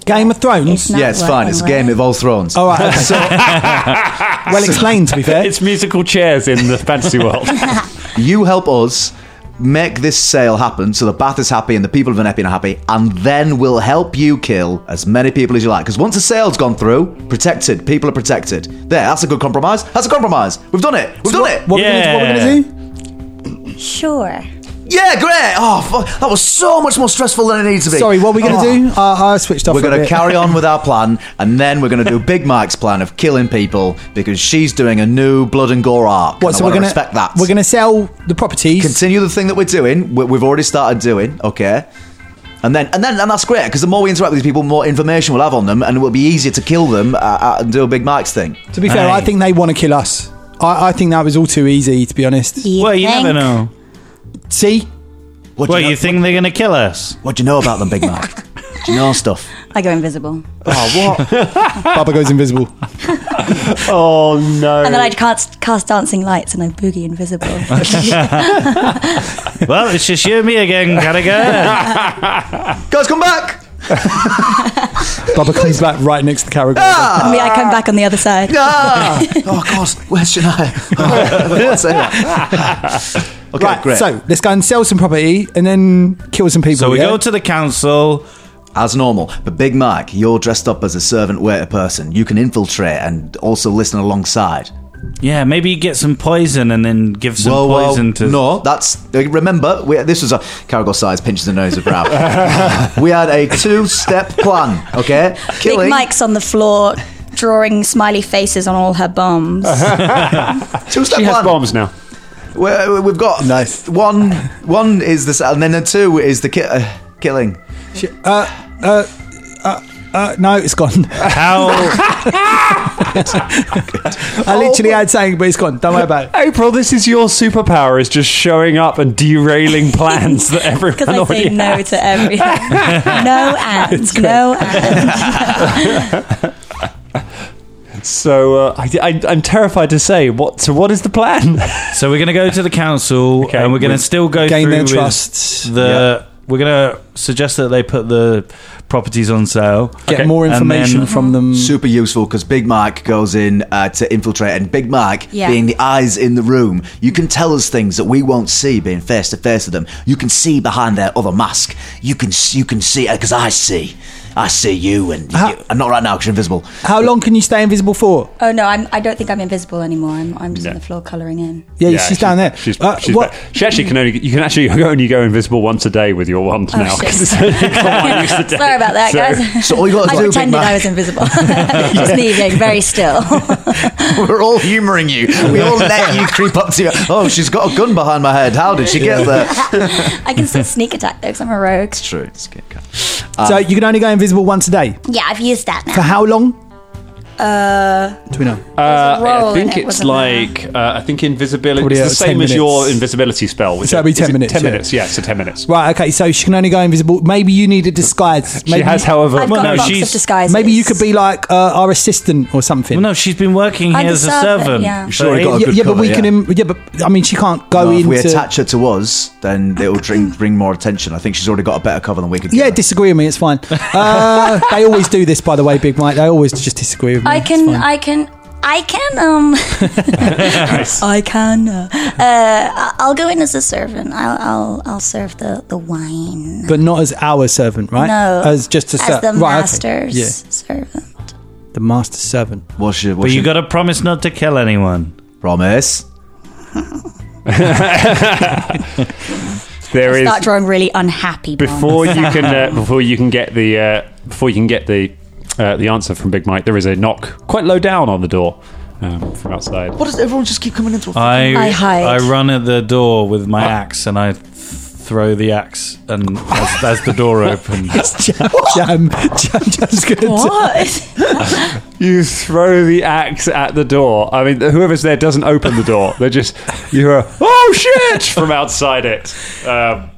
[SPEAKER 5] Game of Thrones.
[SPEAKER 7] It's not
[SPEAKER 8] yeah, it's fine. It's a game
[SPEAKER 7] working
[SPEAKER 8] of all thrones.
[SPEAKER 5] All right. okay. well explained, to be fair.
[SPEAKER 3] It's musical chairs in the fantasy world.
[SPEAKER 8] You help us make this sale happen so the Bath is happy and the people of Venepian are happy, and then we'll help you kill as many people as you like. Because once the sale's gone through, protected, people are protected. There, that's a good compromise. That's a compromise. We've done it. We've done it.
[SPEAKER 5] What we're going to
[SPEAKER 6] Yeah.
[SPEAKER 5] do?
[SPEAKER 7] with. Sure.
[SPEAKER 8] yeah, great. Oh, fuck. that was so much more stressful than it needed to be.
[SPEAKER 5] Sorry, what are we going to
[SPEAKER 8] Oh.
[SPEAKER 5] do? Uh, I switched off.
[SPEAKER 8] We're
[SPEAKER 5] for a
[SPEAKER 8] going to
[SPEAKER 5] bit.
[SPEAKER 8] carry on with our plan, and then we're going to do Big Mike's plan of killing people because she's doing a new blood and gore arc.
[SPEAKER 5] What?
[SPEAKER 8] and
[SPEAKER 5] So
[SPEAKER 8] I
[SPEAKER 5] we're
[SPEAKER 8] want
[SPEAKER 5] going
[SPEAKER 8] to respect that.
[SPEAKER 5] We're going to sell the properties.
[SPEAKER 8] continue the thing that we're doing. we- We've already started doing, okay. And then, and then, and that's great because the more we interact with these people, more information we'll have on them, and it will be easier to kill them uh, uh, and do a big Mike's thing.
[SPEAKER 5] to be fair,
[SPEAKER 6] Aye.
[SPEAKER 5] I think they want to kill us. I, I think that was all too easy, to be honest.
[SPEAKER 7] Do
[SPEAKER 6] Well, you
[SPEAKER 7] think?
[SPEAKER 6] never know.
[SPEAKER 5] See,
[SPEAKER 8] What do
[SPEAKER 6] Well,
[SPEAKER 8] you, know,
[SPEAKER 6] you think they're gonna kill us?
[SPEAKER 8] what do you know about them, Big Mike? do you know stuff?
[SPEAKER 7] I go invisible.
[SPEAKER 8] Oh, what?
[SPEAKER 5] Baba goes invisible.
[SPEAKER 3] oh no!
[SPEAKER 7] And then I cast, cast dancing lights and I boogie invisible.
[SPEAKER 6] Well, it's just you and me again. Gotta go.
[SPEAKER 8] Guys, come back!
[SPEAKER 5] Baba comes back right next to the carriage.
[SPEAKER 7] and me, I come back on the other side.
[SPEAKER 8] Ah! Oh God, where's Shania? Oh, I can't say that. Okay,
[SPEAKER 5] right,
[SPEAKER 8] great.
[SPEAKER 5] So let's go and sell some property and then kill some people.
[SPEAKER 6] So we
[SPEAKER 5] yeah?
[SPEAKER 6] go to the council.
[SPEAKER 8] As normal, but Big Mike, you're dressed up as a servant waiter person. You can infiltrate and also listen alongside.
[SPEAKER 6] Yeah, maybe you get some poison and then give some
[SPEAKER 8] Well, well,
[SPEAKER 6] poison to.
[SPEAKER 8] no, that's uh, remember. We, this was a Caragol size pinches the nose of brow. we had a two-step plan. Okay, killing.
[SPEAKER 7] Big Mike's on the floor drawing smiley faces on all her bombs.
[SPEAKER 8] Two-step
[SPEAKER 3] She has
[SPEAKER 8] plan.
[SPEAKER 3] bombs now.
[SPEAKER 8] We- we- We've got nice. One, one is the sa- and then the two is the ki- uh, killing.
[SPEAKER 5] Uh, no, it's gone.
[SPEAKER 6] How?
[SPEAKER 5] I literally had something, but it's gone. Don't worry about it.
[SPEAKER 1] April, this is your superpower: is just showing up and derailing plans that everyone
[SPEAKER 7] Because I say
[SPEAKER 1] already
[SPEAKER 7] no
[SPEAKER 1] has.
[SPEAKER 7] to everything. no and. No and.
[SPEAKER 1] So uh, I, I, I'm terrified to say what. So what is the plan?
[SPEAKER 6] so we're gonna go to the council,
[SPEAKER 1] Okay,
[SPEAKER 6] and we're gonna
[SPEAKER 1] we-
[SPEAKER 6] still go
[SPEAKER 5] Gain
[SPEAKER 6] through
[SPEAKER 5] their
[SPEAKER 6] with
[SPEAKER 5] trust.
[SPEAKER 6] The we're gonna suggest that they put the properties on sale.
[SPEAKER 5] Get
[SPEAKER 1] Okay.
[SPEAKER 5] more
[SPEAKER 6] And
[SPEAKER 5] information
[SPEAKER 6] then-
[SPEAKER 5] from them.
[SPEAKER 7] Mm.
[SPEAKER 8] Super useful because Big Mike goes in uh, to infiltrate, and Big Mike,
[SPEAKER 7] Yeah.
[SPEAKER 8] being the eyes in the room, you can tell us things that we won't see being face to face with them. You can see behind their other mask. You can you can see because I see, I see you, and
[SPEAKER 5] How-
[SPEAKER 8] you, and not right now because you're invisible.
[SPEAKER 5] How long can you stay invisible for?
[SPEAKER 7] Oh no, I'm, I don't think I'm invisible anymore. I'm, I'm just on the floor colouring in.
[SPEAKER 5] Yeah, she's down there.
[SPEAKER 3] She's,
[SPEAKER 5] Uh,
[SPEAKER 3] she's
[SPEAKER 5] what-
[SPEAKER 3] there. She actually can only. You can actually only go invisible once a day with your
[SPEAKER 7] Oh,
[SPEAKER 3] wand now. 'cause it's only got one use a day.
[SPEAKER 7] Sorry about that,
[SPEAKER 3] So-
[SPEAKER 7] guys.
[SPEAKER 8] So all you gotta
[SPEAKER 7] I
[SPEAKER 8] do, Big
[SPEAKER 7] pretended
[SPEAKER 8] Mac.
[SPEAKER 7] I was invisible. just leaving, very still.
[SPEAKER 8] We're all humouring you. We all let you creep up to you. Oh, she's got a gun behind my head. How did she get there?
[SPEAKER 7] I can still sneak attack though, because I'm a rogue.
[SPEAKER 8] True. It's good.
[SPEAKER 5] so you can only go invisible once a day.
[SPEAKER 7] Yeah, I've used that
[SPEAKER 5] For
[SPEAKER 7] now.
[SPEAKER 5] how long?
[SPEAKER 7] Uh,
[SPEAKER 5] Do we know?
[SPEAKER 7] There's a
[SPEAKER 3] I
[SPEAKER 7] roll and
[SPEAKER 3] think
[SPEAKER 7] it
[SPEAKER 3] it's
[SPEAKER 7] wasn't
[SPEAKER 3] like uh, I think invisibility.
[SPEAKER 5] Probably
[SPEAKER 3] It's the
[SPEAKER 5] about 10
[SPEAKER 3] same as your
[SPEAKER 5] minutes.
[SPEAKER 3] invisibility spell. Which
[SPEAKER 5] So it'll be
[SPEAKER 3] is
[SPEAKER 5] 10
[SPEAKER 3] it
[SPEAKER 5] minutes,
[SPEAKER 3] Ten
[SPEAKER 5] yeah.
[SPEAKER 3] minutes. Yeah, so ten minutes.
[SPEAKER 5] Right, okay, so she can only go invisible. Maybe you need a disguise. Maybe
[SPEAKER 1] She has, however,
[SPEAKER 7] I've got
[SPEAKER 6] no,
[SPEAKER 7] a box
[SPEAKER 6] she's-
[SPEAKER 7] of disguises.
[SPEAKER 5] Maybe you could be like uh, our assistant or something.
[SPEAKER 6] Well, no, she's been working
[SPEAKER 7] I'm the
[SPEAKER 6] here as a
[SPEAKER 7] servant,
[SPEAKER 6] servant.
[SPEAKER 7] yeah. You
[SPEAKER 8] should already got a
[SPEAKER 5] yeah,
[SPEAKER 8] good
[SPEAKER 5] yeah, but
[SPEAKER 8] cover,
[SPEAKER 5] we
[SPEAKER 8] yeah.
[SPEAKER 5] can. Im- yeah, but I mean, she can't go
[SPEAKER 8] No, if
[SPEAKER 5] into.
[SPEAKER 8] we attach her to us, then it will bring, bring more attention. I think she's already got a better cover than we could. give
[SPEAKER 5] yeah,
[SPEAKER 8] her.
[SPEAKER 5] disagree with me. It's fine. Uh, they always do this, by the way, Big Mike. They always just disagree with me.
[SPEAKER 7] I
[SPEAKER 5] It's
[SPEAKER 7] can,
[SPEAKER 5] fine.
[SPEAKER 7] I can, I can, um, I can. Uh, uh, I- I'll go in as a servant. I'll, I'll, I'll serve the the wine.
[SPEAKER 5] but not as our servant, right?
[SPEAKER 7] No,
[SPEAKER 5] as just a
[SPEAKER 7] as
[SPEAKER 5] ser-
[SPEAKER 7] the
[SPEAKER 5] right, okay.
[SPEAKER 7] master's
[SPEAKER 5] Yeah,
[SPEAKER 7] servant.
[SPEAKER 5] the master servant.
[SPEAKER 8] What's your, what's
[SPEAKER 6] But you
[SPEAKER 8] your
[SPEAKER 6] got to promise not to kill anyone.
[SPEAKER 8] promise?
[SPEAKER 3] There is
[SPEAKER 7] Start drawing really unhappy.
[SPEAKER 3] before you
[SPEAKER 7] ones.
[SPEAKER 3] can uh, before you can get the uh, before you can get the uh, the answer from Big Mike. There is a knock quite low down on the door um, from outside.
[SPEAKER 8] What does everyone just keep coming into? A
[SPEAKER 6] I
[SPEAKER 7] I hide.
[SPEAKER 6] run at the door with my axe and I th- throw the axe and as, as the door opens.
[SPEAKER 5] Jam, jam, jam's good.
[SPEAKER 7] What?
[SPEAKER 3] You throw the axe at the door. I mean, whoever's there doesn't open the door. They're just you are oh shit from outside it. Um,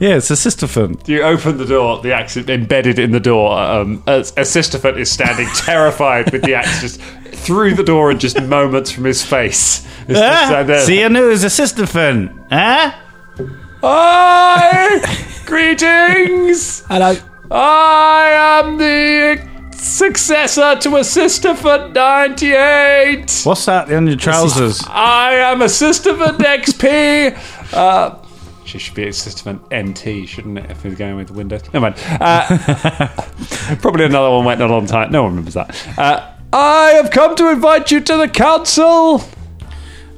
[SPEAKER 6] yeah, it's a sisterfant.
[SPEAKER 3] you open the door. The axe is embedded in the door. Um, a, a sisterfant is standing terrified with the axe just through the door and just moments from his face. It's just
[SPEAKER 6] Ah,
[SPEAKER 3] like there.
[SPEAKER 6] see, I knew it was a sisterfant. Huh?
[SPEAKER 3] Hi! Greetings!
[SPEAKER 5] Hello.
[SPEAKER 3] I am the successor to a sister for 98.
[SPEAKER 6] What's that on your trousers?
[SPEAKER 3] I am a sister for XP. Uh, she should be a sister for NT, shouldn't it? If we're going with Windows. Never mind. Uh, probably another one went not on time. No one remembers that. Uh, I have come to invite you to the council.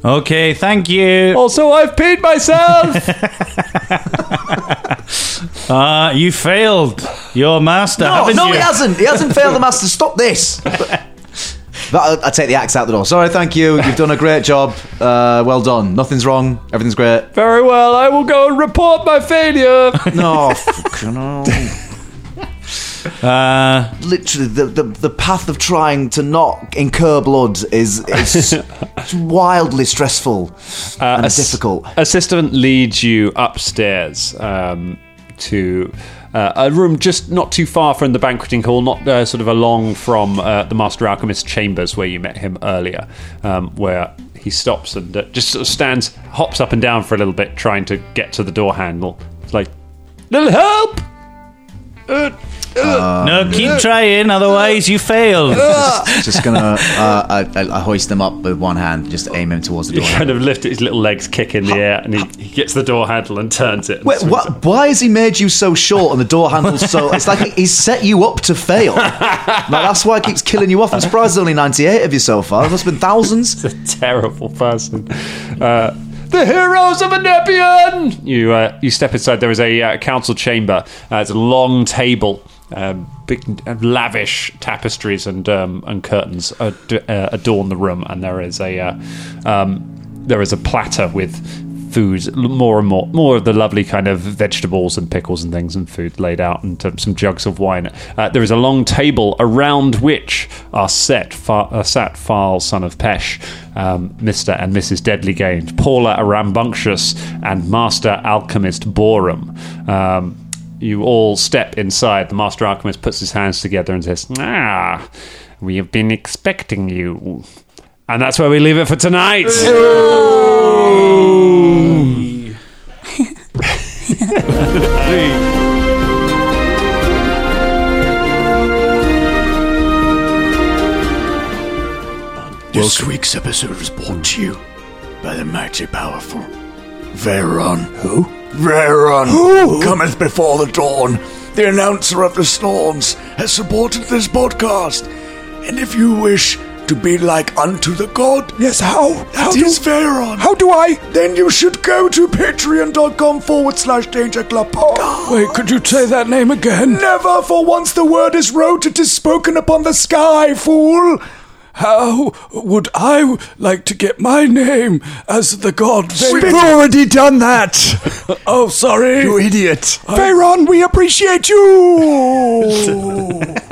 [SPEAKER 6] Okay, thank you.
[SPEAKER 3] Also, I've peed myself.
[SPEAKER 6] Uh, you failed your master,
[SPEAKER 8] No,
[SPEAKER 6] haven't
[SPEAKER 8] Oh, no,
[SPEAKER 6] you?
[SPEAKER 8] he hasn't. He hasn't failed the master. Stop this. But I, I take the axe out the door. Sorry, thank you. You've done a great job. Uh, well done. Nothing's wrong. Everything's great.
[SPEAKER 3] Very well, I will go and report my failure.
[SPEAKER 8] No, fuck, no.
[SPEAKER 6] Uh,
[SPEAKER 8] literally the, the the path of trying to not incur blood is is wildly stressful and
[SPEAKER 3] ass-
[SPEAKER 8] difficult.
[SPEAKER 3] Assistant leads you upstairs um, to uh, a room just not too far from the banqueting hall, not uh, sort of along from uh, the Master Alchemist's chambers where you met him earlier, um, where he stops and uh, just sort of stands, hops up and down for a little bit, trying to get to the door handle. It's like, little help! Uh,
[SPEAKER 6] no, keep trying, otherwise you fail.
[SPEAKER 8] just gonna uh, I, I, I hoist him up with one hand, just aim him towards the
[SPEAKER 3] He
[SPEAKER 8] door.
[SPEAKER 3] kind of lifted his little legs, kick in the air, and he, he gets the door handle and turns it. and
[SPEAKER 8] Wait,
[SPEAKER 3] swings it.
[SPEAKER 8] what, why has he made you so short and the door handle so? It's like he's set you up to fail. Like, that's why it keeps killing you off. I'm surprised there's only 98 of you so far. There's must have been thousands.
[SPEAKER 3] terrible person. Uh, the heroes of Anepion! You uh, you step inside. There is a uh, council chamber. Uh, it's a long table, uh, big uh, lavish tapestries and um, and curtains ad- uh, adorn the room. And there is a uh, um, there is a platter with foods, l- more and more, more of the lovely kind of vegetables and pickles and things and food laid out, and um, some jugs of wine. Uh, there is a long table around which are set fa- uh, sat Fal, son of Pesh, um, Mister and Mrs. Deadly Games, Paula Arambunctious, and Master Alchemist Borum. Um, you all step inside. The Master Alchemist puts his hands together and says, "Ah, we have been expecting you." And that's where we leave it for tonight.
[SPEAKER 10] This week's episode was brought to you by the mighty powerful Veron. Who? Veron cometh before the dawn. The announcer of the storms has supported this podcast. And if you wish to be like unto the god, yes, how? How is Veron. How do I? Then you should go to patreon.com forward slash danger club podcast.
[SPEAKER 11] Wait, could you say that name again?
[SPEAKER 10] Never for once the word is wrote, it is spoken upon the sky, fool.
[SPEAKER 11] How would I like to get my name as the god?
[SPEAKER 10] We've
[SPEAKER 11] already done that. oh, sorry.
[SPEAKER 10] idiot.
[SPEAKER 11] Veyron, we appreciate you.